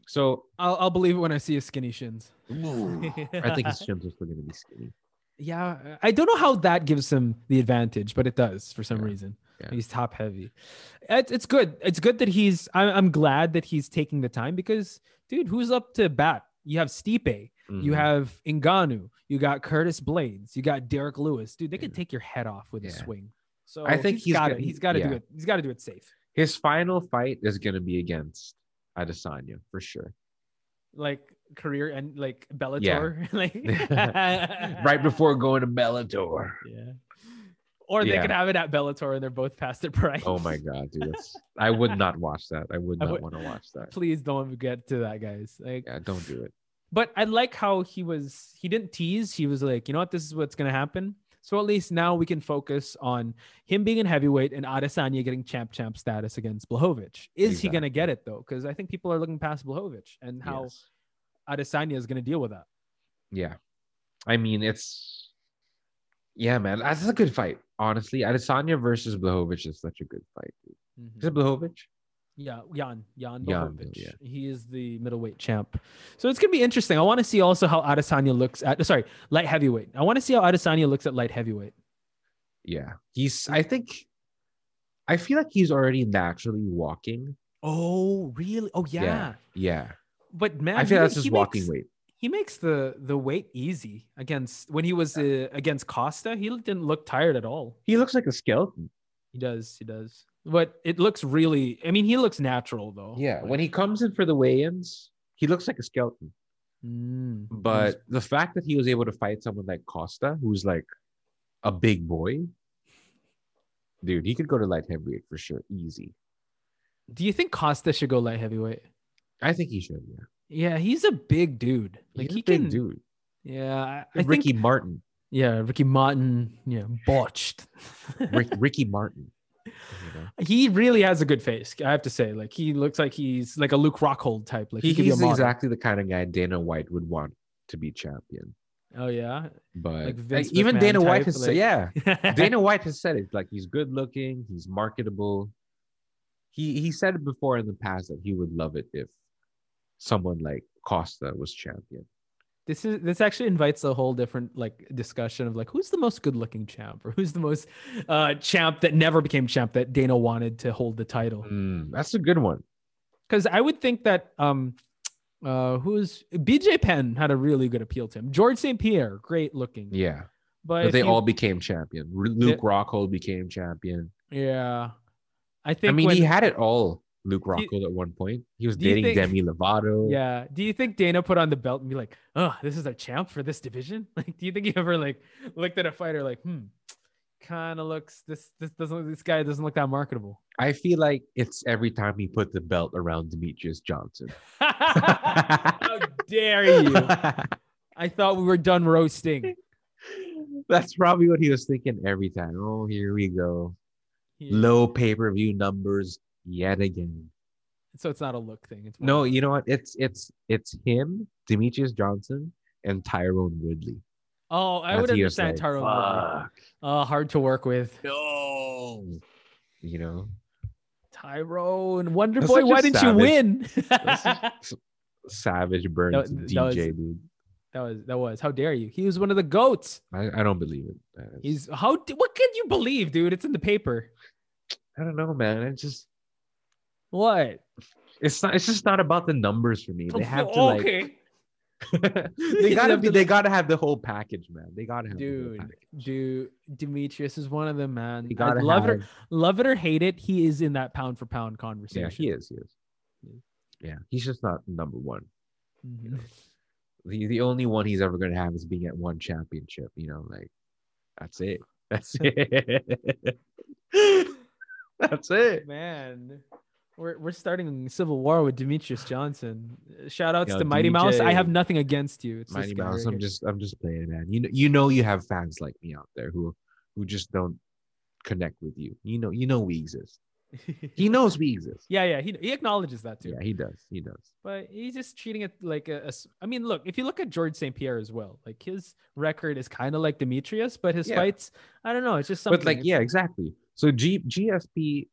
Speaker 2: So
Speaker 1: I'll, I'll believe it when I see his skinny shins.
Speaker 2: I think his shins are still going to be skinny.
Speaker 1: Yeah, I don't know how that gives him the advantage, but it does for some
Speaker 2: Yeah,
Speaker 1: reason.
Speaker 2: yeah.
Speaker 1: He's top heavy. It's, it's good. It's good that he's. I'm, I'm glad that he's taking the time because, dude, who's up to bat? You have Stipe, you
Speaker 2: Mhm.
Speaker 1: have Nganu, you got Curtis Blades, you got Derek Lewis. Dude, they could
Speaker 2: Yeah.
Speaker 1: take your head off with a
Speaker 2: Yeah.
Speaker 1: swing. So
Speaker 2: I think
Speaker 1: he's
Speaker 2: he's
Speaker 1: got
Speaker 2: gonna-
Speaker 1: it. He's got to do
Speaker 2: yeah.
Speaker 1: it. He's got to do it safe.
Speaker 2: His final fight is going to be against Adesanya for sure.
Speaker 1: Like career and like Bellator, like
Speaker 2: right before going to Bellator.
Speaker 1: Yeah. Or they
Speaker 2: Yeah.
Speaker 1: could have it at Bellator and they're both past their prime.
Speaker 2: Oh my god, dude! That's, I would not watch that. I would
Speaker 1: I
Speaker 2: not
Speaker 1: would-
Speaker 2: want to watch that.
Speaker 1: Please don't get to that, guys. Like,
Speaker 2: Yeah, don't do it.
Speaker 1: but I like how he was. He didn't tease. He was like, you know what, this is what's gonna happen. So at least now we can focus on him being in heavyweight and Adesanya getting champ champ status against Blahovic. Is he gonna
Speaker 2: Exactly.
Speaker 1: get it though? Because I think people are looking past Blahovic and how
Speaker 2: Yes.
Speaker 1: Adesanya is gonna deal with that.
Speaker 2: Yeah, I mean it's. Yeah, man, that's a good fight. Honestly, Adesanya versus Blahovic is such a good fight. Dude. Is it Blahovic?
Speaker 1: Mm-hmm. Yeah, Jan Jan
Speaker 2: Jan,
Speaker 1: Blachowicz.
Speaker 2: yeah.
Speaker 1: He is the middleweight champ. So it's gonna be interesting. I want to see also how Adesanya looks at sorry light heavyweight. I want to see how Adesanya looks at light heavyweight.
Speaker 2: Yeah, he's. I think. I feel like he's already naturally walking.
Speaker 1: Oh really? Oh yeah.
Speaker 2: Yeah. Yeah,
Speaker 1: But man,
Speaker 2: I feel
Speaker 1: he-
Speaker 2: that's
Speaker 1: he
Speaker 2: his walking
Speaker 1: makes-
Speaker 2: weight.
Speaker 1: He makes the the weight easy against when he was uh, against Costa. He didn't look tired at all.
Speaker 2: He looks like a skeleton.
Speaker 1: He does. He does. But it looks really. I mean, he looks natural though.
Speaker 2: Yeah,
Speaker 1: Like,
Speaker 2: when he comes in for the weigh-ins, he looks like a skeleton.
Speaker 1: mm, he's-
Speaker 2: But the fact that he was able to fight someone like Costa, who's like a big boy, dude, he could go to light heavyweight for sure, easy.
Speaker 1: do you think Costa should go light heavyweight?
Speaker 2: I think he should. Yeah,
Speaker 1: Yeah, he's a big dude. Like
Speaker 2: He's a
Speaker 1: he
Speaker 2: big
Speaker 1: can do.
Speaker 2: dude.
Speaker 1: Yeah, I, I think.
Speaker 2: Ricky Martin.
Speaker 1: Yeah, Ricky Martin. Yeah, botched.
Speaker 2: Rick, Ricky Martin. you know?
Speaker 1: he really has a good face. I have to say, like he looks like he's like a Luke Rockhold type. Like he, could be a
Speaker 2: he's
Speaker 1: model.
Speaker 2: exactly the kind of guy Dana White would want to be champion.
Speaker 1: Oh yeah,
Speaker 2: But
Speaker 1: Like
Speaker 2: like,
Speaker 1: Vince
Speaker 2: even
Speaker 1: McMahon
Speaker 2: Dana White
Speaker 1: type,
Speaker 2: has
Speaker 1: like-
Speaker 2: said, yeah, Dana White has said it. Like he's good looking, he's marketable. He he said it before in the past that he would love it if someone like Costa was champion.
Speaker 1: this is this actually invites a whole different like discussion of like who's the most good looking champ or who's the most uh champ that never became champ that Dana wanted to hold the title
Speaker 2: Mm, that's a good one.
Speaker 1: because I would think that um uh who's BJ Penn had a really good appeal to him George St Pierre great looking
Speaker 2: Yeah,
Speaker 1: but,
Speaker 2: but,
Speaker 1: if
Speaker 2: they
Speaker 1: you-
Speaker 2: all became champion. Ru- Luke Rockhold became champion.
Speaker 1: yeah I
Speaker 2: I
Speaker 1: think
Speaker 2: mean,
Speaker 1: when-
Speaker 2: he had it all. Luke Rockhold at one point. He was
Speaker 1: do you
Speaker 2: dating
Speaker 1: think-
Speaker 2: Demi Lovato.
Speaker 1: yeah do you think Dana put on the belt and be like oh this is our champ for this division like do you think he ever like looked at a fighter like hmm kind of looks this this doesn't this guy doesn't look that marketable
Speaker 2: I feel like it's every time he put the belt around Demetrius Johnson.
Speaker 1: How dare you? I thought we were done roasting.
Speaker 2: That's probably what he was thinking every time. Oh, here we go. Low pay per view numbers yet again.
Speaker 1: So it's not a look thing. It's more-
Speaker 2: No, you know what? It's it's it's him, Demetrius Johnson, and Tyrone Woodley.
Speaker 1: Oh, I
Speaker 2: That's
Speaker 1: would
Speaker 2: he was
Speaker 1: understand
Speaker 2: like,
Speaker 1: Tyrone. Woodley.
Speaker 2: "Fuck,
Speaker 1: Uh, hard to work with.
Speaker 2: No. You know,
Speaker 1: Tyrone Wonder
Speaker 2: That's
Speaker 1: Boy.
Speaker 2: such a
Speaker 1: Why didn't you
Speaker 2: savage-
Speaker 1: win?
Speaker 2: that's
Speaker 1: that
Speaker 2: Savage Burns
Speaker 1: That- that was-
Speaker 2: DJ dude.
Speaker 1: was that was. How dare you? He was one of the goats.
Speaker 2: I, I don't believe it. That's-
Speaker 1: He's how? d- What could you believe, dude? It's in the paper.
Speaker 2: I don't know, man. It just
Speaker 1: What?
Speaker 2: it's not it's just not about the numbers for me. They have to like
Speaker 1: okay,
Speaker 2: they gotta
Speaker 1: have
Speaker 2: be.
Speaker 1: to,
Speaker 2: They
Speaker 1: like-
Speaker 2: gotta have the whole package, man. They gotta have. the whole
Speaker 1: dude.
Speaker 2: package.
Speaker 1: Dude, Demetrius is one of them, man.
Speaker 2: They
Speaker 1: I
Speaker 2: gotta
Speaker 1: love it, or,
Speaker 2: have-
Speaker 1: love it or hate it. He is in that pound for pound
Speaker 2: Yeah,
Speaker 1: conversation.
Speaker 2: he is. He is. Yeah, he's just not number one.
Speaker 1: Mhm.
Speaker 2: The the only one he's ever gonna have is being at one championship. You know, like that's it. That's it. that's it.
Speaker 1: Man, we're we're starting a civil war with Demetrius Johnson. Shout outs
Speaker 2: Yo,
Speaker 1: to Mighty Mouse. I
Speaker 2: DJ
Speaker 1: have nothing against you. It's this
Speaker 2: Mighty
Speaker 1: guy
Speaker 2: Mouse.
Speaker 1: right
Speaker 2: I'm
Speaker 1: here.
Speaker 2: just I'm just playing, man. You know you know you have fans like me out there who who just don't connect with you. You know you know we exist. He knows we exist.
Speaker 1: yeah, yeah. He he acknowledges that too,
Speaker 2: Yeah, he does. He does.
Speaker 1: but he's just treating it like a. a s- I mean, look, if you look at George St Pierre as well, like his record is kind of like Demetrius, but his
Speaker 2: Yeah.
Speaker 1: fights, I don't know. It's just something.
Speaker 2: But like,
Speaker 1: it's-
Speaker 2: yeah, exactly. So G- GSP,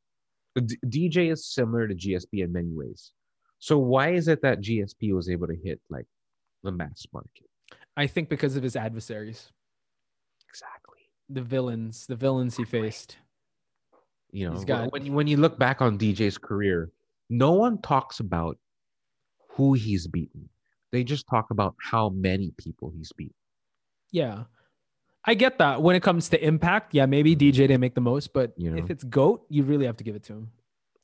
Speaker 2: D- DJ is similar to GSP in many ways. So why is it that GSP was able to hit like the mass market?
Speaker 1: I think because of his adversaries,
Speaker 2: Exactly.
Speaker 1: the villains, the villains he faced.
Speaker 2: You know,
Speaker 1: He's
Speaker 2: wh-
Speaker 1: got-
Speaker 2: when you- when you look back on DJ's career, no one talks about who he's beaten. They just talk about how many people he's beaten.
Speaker 1: Yeah. I get that. When it comes to impact, yeah, maybe DJ didn't make the most, but
Speaker 2: You know?
Speaker 1: if it's GOAT, you really have to give it to him.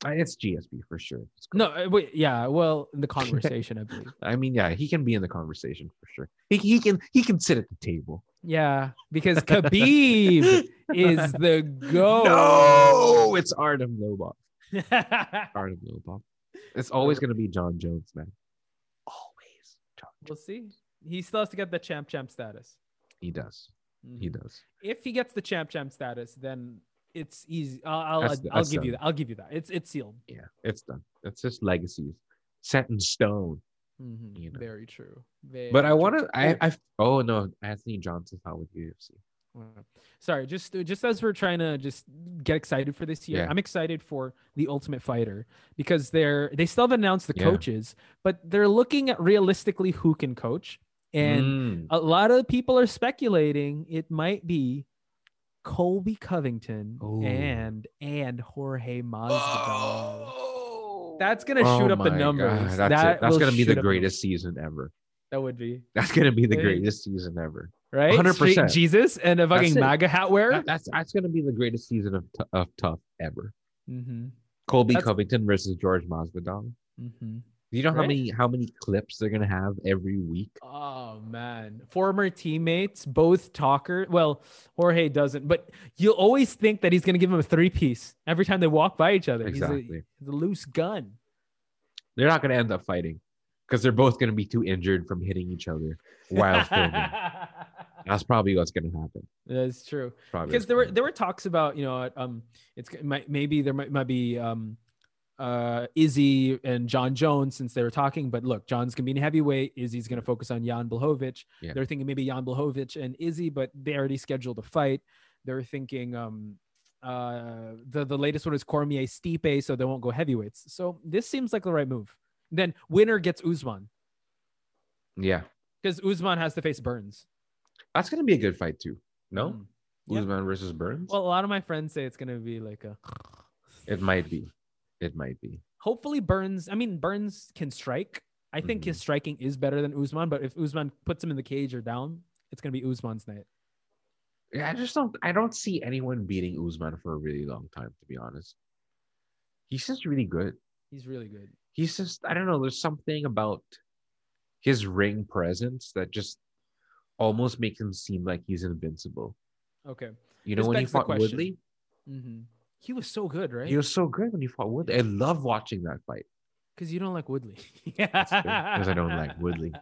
Speaker 2: Uh, It's GSP for sure. It's
Speaker 1: No, uh, wait, yeah, well, in the conversation, I believe.
Speaker 2: I mean, yeah, he can be in the conversation for sure. He, he can he can sit at the table.
Speaker 1: Yeah, because Khabib is the GOAT.
Speaker 2: No, it's Artem Lobov.
Speaker 1: we'll
Speaker 2: Artem Lobov. It's always going to be John Jones, man. Always. John Jones.
Speaker 1: see. He still has to get the champ champ status. Mm-hmm.
Speaker 2: He does. He does.
Speaker 1: If he gets the champ champ status, then it's easy. I'll, I'll,
Speaker 2: That's-
Speaker 1: I'll
Speaker 2: that's
Speaker 1: give you
Speaker 2: done.
Speaker 1: that. I'll give you that. It's it's sealed.
Speaker 2: Yeah, it's done. It's his legacy set in stone.
Speaker 1: Mhm,
Speaker 2: You know.
Speaker 1: Very true.
Speaker 2: But I
Speaker 1: Very
Speaker 2: want to.
Speaker 1: true.
Speaker 2: I. I. Oh no, Anthony Johnson's out with UFC.
Speaker 1: Wow. Sorry, just just as we're trying to just get excited for this year,
Speaker 2: Yeah.
Speaker 1: I'm excited for the Ultimate Fighter because they're they still haven't announced the
Speaker 2: Yeah.
Speaker 1: coaches, but they're looking at realistically who can coach, and
Speaker 2: Mm,
Speaker 1: a lot of people are speculating it might be Colby Covington
Speaker 2: Ooh.
Speaker 1: and and Jorge Masvidal.
Speaker 2: Oh!
Speaker 1: That's gonna shoot up the
Speaker 2: my
Speaker 1: numbers.
Speaker 2: That's,
Speaker 1: That
Speaker 2: it. that's
Speaker 1: will
Speaker 2: gonna be
Speaker 1: shoot
Speaker 2: the
Speaker 1: up the
Speaker 2: greatest season ever.
Speaker 1: That would be
Speaker 2: That's gonna be the
Speaker 1: Yeah.
Speaker 2: greatest season ever.
Speaker 1: right. Straight
Speaker 2: 100%.
Speaker 1: Jesus and a
Speaker 2: That's
Speaker 1: fucking
Speaker 2: it.
Speaker 1: MAGA hat wearer.
Speaker 2: That- that's that's gonna be the greatest season of t- of tough ever.
Speaker 1: Mm-hmm.
Speaker 2: Colby
Speaker 1: That's-
Speaker 2: Covington versus George Masvidal.
Speaker 1: Mm-hmm.
Speaker 2: Do you know how
Speaker 1: Right?
Speaker 2: many how many clips they're gonna have every week?
Speaker 1: Oh man, former teammates, both talker. Well, Jorge doesn't, but you'll always think that he's going to give him a three piece every time they walk by each other. He's a-
Speaker 2: Exactly.
Speaker 1: He's a, loose gun.
Speaker 2: They're not going to end up fighting because they're both going to be too injured from hitting each other while filming. That's probably what's going to happen.
Speaker 1: That's true.
Speaker 2: Probably
Speaker 1: because
Speaker 2: what's
Speaker 1: there were
Speaker 2: gonna
Speaker 1: there were talks about you know um it's it might, maybe there might, might be um uh Izzy and John Jones since they were talking but look John's gonna be in heavyweight Izzy's gonna focus on Jan Blahovic
Speaker 2: Yeah.
Speaker 1: they're thinking maybe Jan Blahovic and Izzy but they already scheduled a fight they're thinking um uh the the latest one is Cormier Stipe so they won't go heavyweights so this seems like the right move then winner gets Usman
Speaker 2: happen. Yeah,
Speaker 1: because Usman has to face Burns
Speaker 2: that's going to be a good fight too. No,
Speaker 1: Mm. yeah.
Speaker 2: Usman versus Burns.
Speaker 1: well a lot of my friends say it's gonna be like a
Speaker 2: it might be. It might be.
Speaker 1: hopefully Burns. I mean, Burns can strike. I think
Speaker 2: Mhm.
Speaker 1: his striking is better than Usman, but if Usman puts him in the cage or down, it's gonna be Usman's night.
Speaker 2: Yeah, I just don't. I don't see anyone beating Usman for a really long time. To be honest, he's just really good.
Speaker 1: He's really good.
Speaker 2: he's just I don't know. There's something about his ring presence that just almost makes him seem like he's invincible.
Speaker 1: Okay.
Speaker 2: You know
Speaker 1: This
Speaker 2: when he
Speaker 1: begs the
Speaker 2: fought
Speaker 1: question,
Speaker 2: Woodley,
Speaker 1: hmm He was so good, right?
Speaker 2: he was so good when he fought Woodley. I love watching that fight
Speaker 1: Because you don't like Woodley.
Speaker 2: true, 'cause I don't like Woodley.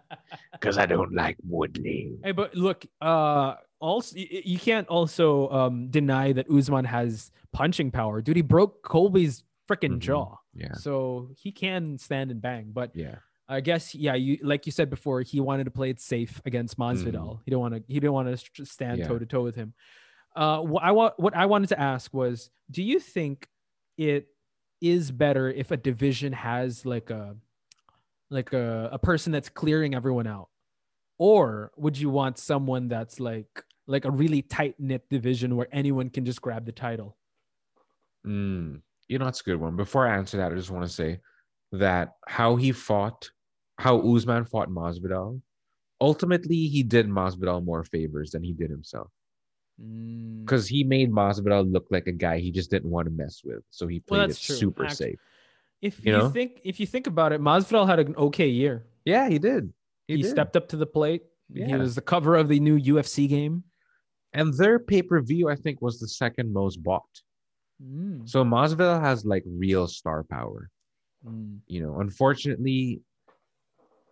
Speaker 2: because I don't like Woodley.
Speaker 1: Hey, but look, uh, also y- y- you can't also um, deny that Usman has punching power, dude. He broke Colby's freaking
Speaker 2: Mhm.
Speaker 1: jaw,
Speaker 2: Yeah,
Speaker 1: so he can stand and bang. But
Speaker 2: yeah,
Speaker 1: I guess yeah, you like you said before, he wanted to play it safe against Masvidal. He didn't want to. He didn't want to stand
Speaker 2: Yeah.
Speaker 1: toe to toe with him. Uh, what I want, what I wanted to ask was, do you think it is better if a division has like a like a, a person that's clearing everyone out, or would you want someone that's like like a really tight knit division where anyone can just grab the title?
Speaker 2: Mm, you know that's a good one. Before I answer that, I just want to say that how he fought, how Usman fought Masvidal. Ultimately, he did Masvidal more favors than he did himself.
Speaker 1: Mm,
Speaker 2: because he made Masvidal look like a guy he just didn't want to mess with, so he
Speaker 1: Well,
Speaker 2: played it
Speaker 1: that's true.
Speaker 2: super
Speaker 1: Act-
Speaker 2: safe.
Speaker 1: if
Speaker 2: you
Speaker 1: you,
Speaker 2: know?
Speaker 1: think if you think about it, Masvidal had an okay year.
Speaker 2: Yeah, he did. He,
Speaker 1: he,
Speaker 2: did.
Speaker 1: stepped up to the plate. He
Speaker 2: Yeah.
Speaker 1: was the cover of the new UFC game.
Speaker 2: and their pay per view, I think, was the second most bought.
Speaker 1: Mm.
Speaker 2: So Masvidal has like real star power. You know, unfortunately,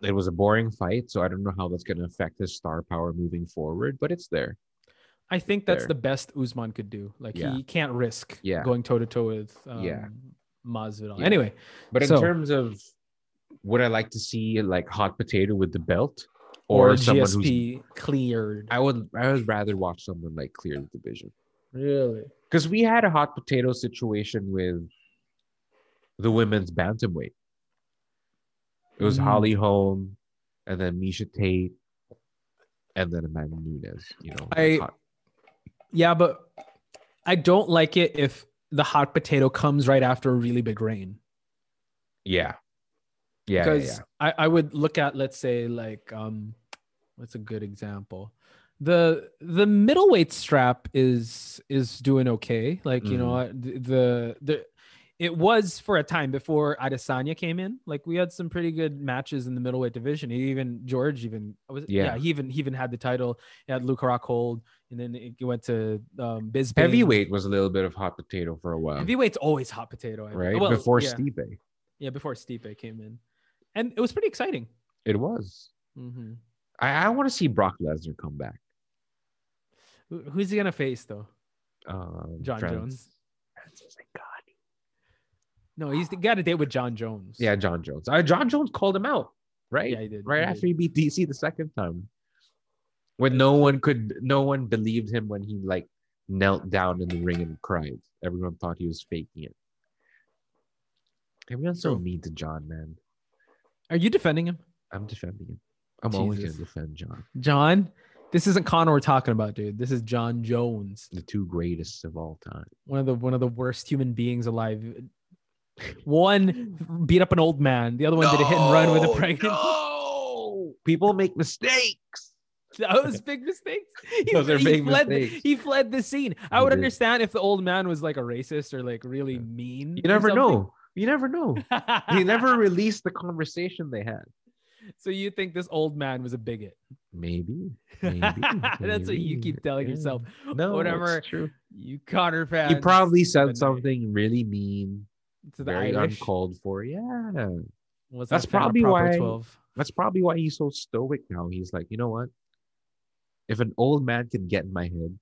Speaker 2: it was a boring fight, so I don't know how that's going to affect his star power moving forward, but it's there.
Speaker 1: I think that's
Speaker 2: Fair.
Speaker 1: the best Usman could do. Like
Speaker 2: Yeah.
Speaker 1: he can't risk
Speaker 2: Yeah.
Speaker 1: going toe to toe with um,
Speaker 2: Yeah.
Speaker 1: Masvidal.
Speaker 2: Yeah.
Speaker 1: Anyway,
Speaker 2: But in
Speaker 1: So-
Speaker 2: terms of would I like to see like hot potato with the belt or, someone who's
Speaker 1: GSP cleared.
Speaker 2: I would I would rather watch someone like clear the division.
Speaker 1: really?
Speaker 2: because we had a hot potato situation with the women's bantamweight. It was
Speaker 1: Mm.
Speaker 2: Holly Holm, and then Misha Tate, and then Amanda Nunes. You know,
Speaker 1: I-
Speaker 2: hot-
Speaker 1: Yeah, but I don't like it if the hot potato comes right after a really big rain.
Speaker 2: yeah, yeah, yeah,
Speaker 1: because
Speaker 2: yeah.
Speaker 1: I, I would look at let's say like um what's a good example the the middleweight strap is is doing okay like you know
Speaker 2: Mm-hmm.
Speaker 1: I- th- the the it was for a time before Adesanya came in. Like we had some pretty good matches in the middleweight division. Even George, even was it-
Speaker 2: Yeah.
Speaker 1: he even he even had the title. He had Luke Rockhold, and then it went to um, Bisping.
Speaker 2: Heavyweight was a little bit of hot potato for a while,
Speaker 1: Heavyweight's always hot potato, I mean.
Speaker 2: right?
Speaker 1: Well,
Speaker 2: Before
Speaker 1: yeah,
Speaker 2: Stipe,
Speaker 1: yeah, before Stipe came in, and it was pretty exciting.
Speaker 2: it was.
Speaker 1: Mm-hmm.
Speaker 2: I, I want to see Brock Lesnar come back.
Speaker 1: Who- Who's he gonna face though?
Speaker 2: Um,
Speaker 1: John
Speaker 2: Fran-
Speaker 1: Jones.
Speaker 2: Francis Ngannou.
Speaker 1: No, he's got a date with John Jones.
Speaker 2: Yeah, John Jones. Uh, John Jones called him out, right?
Speaker 1: yeah, he did.
Speaker 2: right
Speaker 1: he
Speaker 2: after
Speaker 1: did.
Speaker 2: he beat DC the second time, when no one could, no one believed him when he like knelt down in the ring and cried. Everyone thought he was faking it. Everyone's so
Speaker 1: True.
Speaker 2: mean to John, man.
Speaker 1: Are you defending him,
Speaker 2: I'm defending him. I'm always gonna
Speaker 1: Jesus.
Speaker 2: defend John,
Speaker 1: John? This isn't Connor we're talking about, dude. This is John Jones,
Speaker 2: the two greatest of all time.
Speaker 1: one of the one of the worst human beings alive. One beat up an old man. The other one did a hit and run with a
Speaker 2: No,
Speaker 1: pregnant.
Speaker 2: No! People make mistakes.
Speaker 1: That was big mistakes. He,
Speaker 2: Those are
Speaker 1: he
Speaker 2: big
Speaker 1: fled,
Speaker 2: mistakes.
Speaker 1: He fled the scene. I
Speaker 2: He
Speaker 1: would
Speaker 2: did.
Speaker 1: understand if the old man was like a racist or like really
Speaker 2: Yeah.
Speaker 1: mean.
Speaker 2: You
Speaker 1: or
Speaker 2: never
Speaker 1: something.
Speaker 2: know. You never know. They never released the conversation they had.
Speaker 1: so you think this old man was a bigot?
Speaker 2: Maybe. maybe,
Speaker 1: That's what you
Speaker 2: maybe,
Speaker 1: keep telling
Speaker 2: yeah.
Speaker 1: yourself.
Speaker 2: No,
Speaker 1: Whatever uh,
Speaker 2: It's true.
Speaker 1: you Connor fans.
Speaker 2: he probably
Speaker 1: but
Speaker 2: said something really mean,
Speaker 1: to the
Speaker 2: very
Speaker 1: Irish.
Speaker 2: uncalled for. Yeah,
Speaker 1: Was that
Speaker 2: That's
Speaker 1: fan of
Speaker 2: probably
Speaker 1: Proper
Speaker 2: why-
Speaker 1: 12?
Speaker 2: That's probably why he's so stoic now. He's like, you know what? If an old man can get in my head,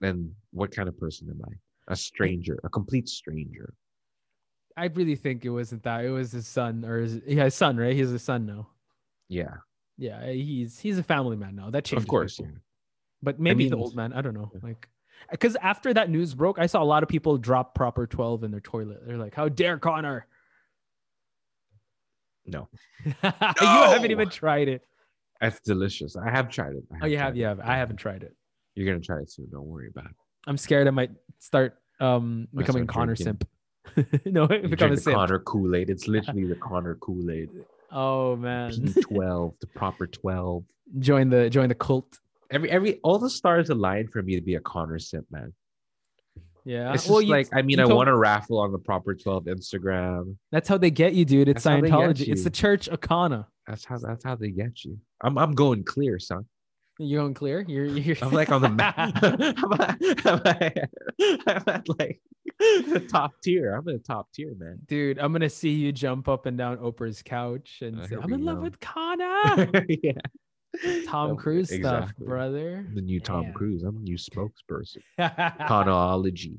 Speaker 2: then what kind of person am I? A stranger, a complete stranger.
Speaker 1: I really think it wasn't that. It was his son or his, yeah, his son, right? He's a son now.
Speaker 2: Yeah,
Speaker 1: Yeah, he's he's a family man now. That changes.
Speaker 2: of course.
Speaker 1: people.
Speaker 2: yeah.
Speaker 1: But maybe the
Speaker 2: mean-
Speaker 1: old man, I don't know.
Speaker 2: Yeah.
Speaker 1: Like cuz after that news broke, I saw a lot of people drop proper 12 in their toilet. They're like, "How dare Connor?"
Speaker 2: No.
Speaker 1: you haven't
Speaker 2: No!
Speaker 1: even tried it.
Speaker 2: That's delicious. I have tried it. I
Speaker 1: Oh, you have,
Speaker 2: tried
Speaker 1: you
Speaker 2: it.
Speaker 1: have. I haven't tried it.
Speaker 2: You're gonna try it soon. Don't worry about it.
Speaker 1: I'm scared I might start um
Speaker 2: Might
Speaker 1: becoming
Speaker 2: start
Speaker 1: Connor
Speaker 2: drinking.
Speaker 1: simp. no, become
Speaker 2: You drink
Speaker 1: a
Speaker 2: the
Speaker 1: simp.
Speaker 2: Connor Kool Aid. It's literally the Connor Kool Aid.
Speaker 1: Oh man.
Speaker 2: P12, the proper 12.
Speaker 1: join the join the cult.
Speaker 2: Every every all the stars aligned for me to be a Connor simp man.
Speaker 1: Yeah.
Speaker 2: It's just
Speaker 1: well, you,
Speaker 2: like I mean
Speaker 1: you
Speaker 2: I
Speaker 1: told-
Speaker 2: won a raffle on the proper 12 Instagram.
Speaker 1: that's how they get you, dude. It's
Speaker 2: That's how they get
Speaker 1: Scientology. It's
Speaker 2: you.
Speaker 1: the church Akana.
Speaker 2: That's how that's how they get you. I'm I'm going clear, son.
Speaker 1: You're going clear? You're, you're
Speaker 2: I'm like on the map. I'm, at, I'm, at, I'm at like the top tier. I'm in the top tier, man.
Speaker 1: Dude, I'm gonna see you jump up and down Oprah's couch and
Speaker 2: Uh,
Speaker 1: say,
Speaker 2: here
Speaker 1: "I'm
Speaker 2: we
Speaker 1: in love
Speaker 2: go."
Speaker 1: with Kana."
Speaker 2: yeah.
Speaker 1: Tom
Speaker 2: Um,
Speaker 1: Cruise stuff,
Speaker 2: exactly.
Speaker 1: brother.
Speaker 2: The new Tom
Speaker 1: Damn.
Speaker 2: Cruise. I'm the new spokesperson.
Speaker 1: okay,
Speaker 2: Conology.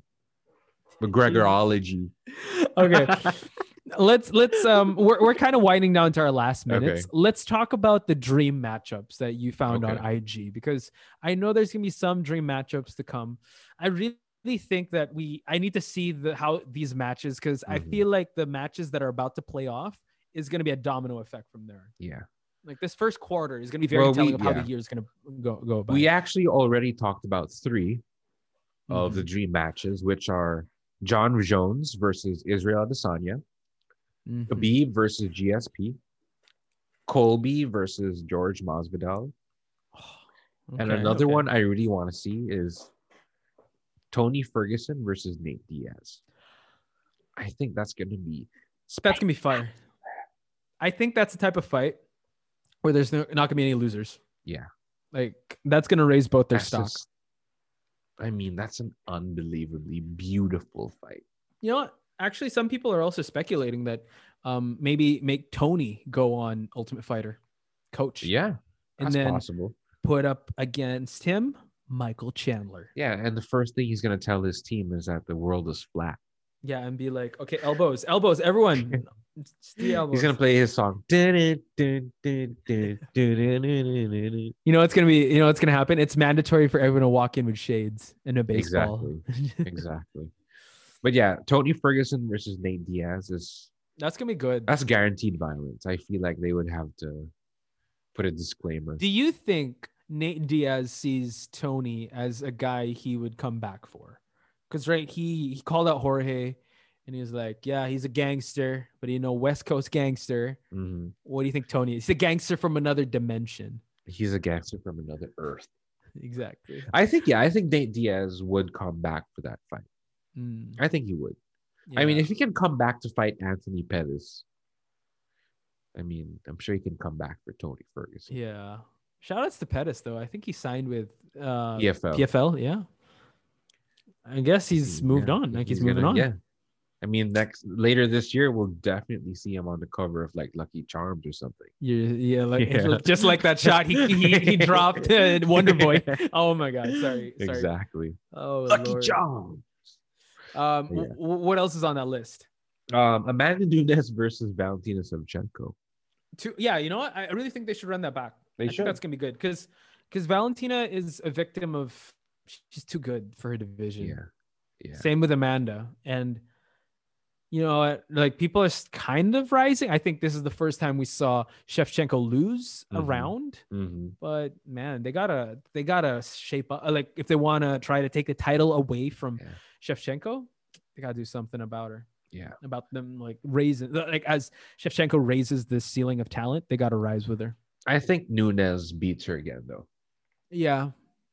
Speaker 2: McGregorology.
Speaker 1: let's let's um, we're we're kind of winding down to our last
Speaker 2: Okay.
Speaker 1: minutes. Let's talk about the dream matchups that you found on
Speaker 2: Okay.
Speaker 1: IG because I know there's gonna be some dream matchups to come. I really think that we I need to see the how these matches because I
Speaker 2: Mhm.
Speaker 1: feel like the matches that are about to play off is gonna be a domino effect from there.
Speaker 2: Yeah.
Speaker 1: like this first quarter is going to be very
Speaker 2: Well, we-
Speaker 1: telling of how
Speaker 2: yeah.
Speaker 1: the year is going to go go by.
Speaker 2: We actually already talked about 3 of
Speaker 1: Mhm.
Speaker 2: the dream matches, which are John Jones versus Israel Adesanya,
Speaker 1: Mhm.
Speaker 2: Khabib versus GSP, Colby versus George Masvidal, and
Speaker 1: Okay,
Speaker 2: another
Speaker 1: okay.
Speaker 2: one I really want to see is Tony Ferguson versus Nate Diaz. I think that's going to be
Speaker 1: That's going to be fire. I think that's the type of fight where there's no, not going to be any losers.
Speaker 2: Yeah.
Speaker 1: Like that's going to raise both their
Speaker 2: that's
Speaker 1: stock.
Speaker 2: just- I mean, that's an unbelievably beautiful fight.
Speaker 1: You know what? Actually, some people are also speculating that um, maybe make Tony go on Ultimate Fighter coach
Speaker 2: Yeah,
Speaker 1: and
Speaker 2: that's
Speaker 1: then
Speaker 2: possible.
Speaker 1: put up against him Michael Chandler.
Speaker 2: Yeah, and the first thing he's going to tell his team is that the world is flat.
Speaker 1: Yeah, and be like, okay, elbows, elbows, everyone. It's the elbows.
Speaker 2: He's gonna play his song. exactly.
Speaker 1: You know it's gonna be. You know it's gonna happen. It's mandatory for everyone to walk in with shades and a baseball.
Speaker 2: But yeah, Tony Ferguson versus Nate Diaz is
Speaker 1: That's gonna be good.
Speaker 2: that's guaranteed violence. I feel like they would have to put a disclaimer.
Speaker 1: Do you think Nate Diaz sees Tony as a guy he would come back for? Because right, he he called out Jorge, and he was like, "Yeah, he's a gangster, but you know, West Coast gangster.
Speaker 2: Mhm.
Speaker 1: What do you think Tony is? He's a gangster from another dimension."
Speaker 2: He's a gangster from another earth.
Speaker 1: Exactly.
Speaker 2: I think yeah, I think Nate Diaz would come back for that fight.
Speaker 1: Mm,
Speaker 2: I think he would. I mean,
Speaker 1: yeah.
Speaker 2: if he can come back to fight Anthony Pettis, I mean, I'm sure he can come back for Tony Ferguson.
Speaker 1: yeah. Shout outs to Pettis though. I think he signed with uh,
Speaker 2: PFL.
Speaker 1: PFL, yeah. I guess he's
Speaker 2: Mm,
Speaker 1: moved
Speaker 2: yeah,
Speaker 1: on. Like he's,
Speaker 2: gonna-
Speaker 1: moving on.
Speaker 2: Yeah. I mean, next later this year, we'll definitely see him on the cover of like Lucky Charms or something.
Speaker 1: Yeah, yeah, like
Speaker 2: Yeah.
Speaker 1: just like that shot he he, he dropped uh, Wonder Boy. Oh my God! Sorry, sorry.
Speaker 2: Exactly.
Speaker 1: Oh,
Speaker 2: Lucky
Speaker 1: Lord.
Speaker 2: Charms.
Speaker 1: Um, w-
Speaker 2: Yeah.
Speaker 1: w- what else is on that list?
Speaker 2: Um, Amanda Nunes versus Valentina Savchenko.
Speaker 1: Two, yeah, you know what? I I really think they should run that back.
Speaker 2: They
Speaker 1: I think
Speaker 2: should.
Speaker 1: that's gonna be good because because Valentina is a victim of she's too good for her division.
Speaker 2: Yeah. Yeah.
Speaker 1: Same with Amanda. And you know, what? like people are s- kind of rising. I think this is the first time we saw Shevchenko lose a
Speaker 2: Mhm.
Speaker 1: round.
Speaker 2: hmm
Speaker 1: But man, they gotta they gotta shape up. Like if they wanna try to take the title away from
Speaker 2: Yeah.
Speaker 1: Shevchenko, they gotta do something about her.
Speaker 2: Yeah.
Speaker 1: About them like raising like as Shevchenko raises the ceiling of talent, they gotta rise with her.
Speaker 2: I think Nunes beats her again, though.
Speaker 1: Yeah.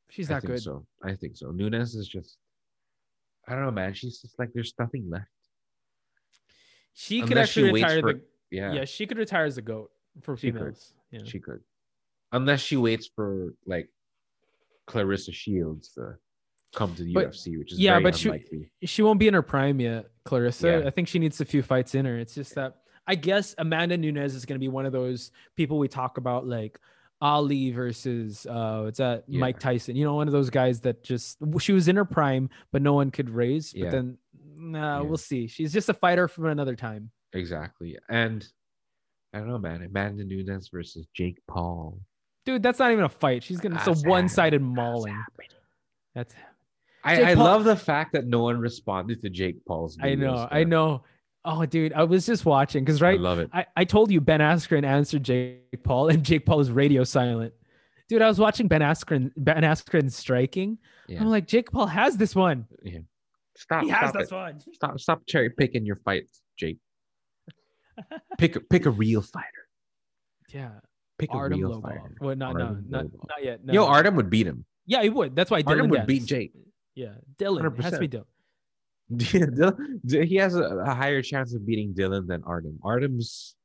Speaker 1: She's
Speaker 2: I
Speaker 1: that
Speaker 2: think
Speaker 1: good.
Speaker 2: So I think so. Nunes is just, I don't know, man. She's just like there's nothing left.
Speaker 1: She could
Speaker 2: Unless she
Speaker 1: actually
Speaker 2: waits
Speaker 1: retire
Speaker 2: for-
Speaker 1: the
Speaker 2: Yeah,
Speaker 1: yeah. she could retire as a goat for
Speaker 2: She could.
Speaker 1: females. Yeah.
Speaker 2: she could, unless she waits for like Clarissa Shields to come to the
Speaker 1: But-
Speaker 2: UFC, which is
Speaker 1: yeah,
Speaker 2: very
Speaker 1: but she-
Speaker 2: unlikely.
Speaker 1: she won't be in her prime yet, Clarissa.
Speaker 2: Yeah.
Speaker 1: I think she needs a few fights in her. It's just that I guess Amanda Nunes is going to be one of those people we talk about, like Ali versus uh, it's that
Speaker 2: Yeah.
Speaker 1: Mike Tyson. You know, one of those guys that just she was in her prime, but no one could raise. But
Speaker 2: Yeah.
Speaker 1: then, nah,
Speaker 2: Yeah.
Speaker 1: we'll see. She's just a fighter from another time.
Speaker 2: Exactly. And I don't know, man. Amanda Nunes versus Jake Paul.
Speaker 1: Dude, that's not even a fight. She's gonna it's
Speaker 2: That's
Speaker 1: a one-sided mauling.
Speaker 2: happening?
Speaker 1: That's Jake
Speaker 2: I, I
Speaker 1: Paul-
Speaker 2: love the fact that no one responded to Jake Paul's.
Speaker 1: I
Speaker 2: videos,
Speaker 1: know, I
Speaker 2: man.
Speaker 1: know. Oh, dude, I was just watching because right
Speaker 2: I love it.
Speaker 1: I, I told you Ben Askren answered Jake Paul, and Jake Paul is radio silent. Dude, I was watching Ben Askren Ben Askren striking.
Speaker 2: Yeah.
Speaker 1: I'm like, Jake Paul has this one.
Speaker 2: Stop.
Speaker 1: he has
Speaker 2: Ah, Stop,
Speaker 1: this
Speaker 2: it.
Speaker 1: one.
Speaker 2: stop. Stop cherry picking your fights, Jake. pick a- pick a real fighter.
Speaker 1: Yeah,
Speaker 2: Pick a
Speaker 1: Artem
Speaker 2: real
Speaker 1: Lobov.
Speaker 2: fighter.
Speaker 1: Well, not no,
Speaker 2: Artem
Speaker 1: not
Speaker 2: Lobov.
Speaker 1: not yet. No.
Speaker 2: Yo, Artem would beat him.
Speaker 1: yeah, he would. That's why Dylan
Speaker 2: Artem would
Speaker 1: Dennis.
Speaker 2: beat Jake.
Speaker 1: Yeah, Dylan It has to be Dylan.
Speaker 2: Yeah, Dylan- D- he has a, a higher chance of beating Dylan than Artem. Artem's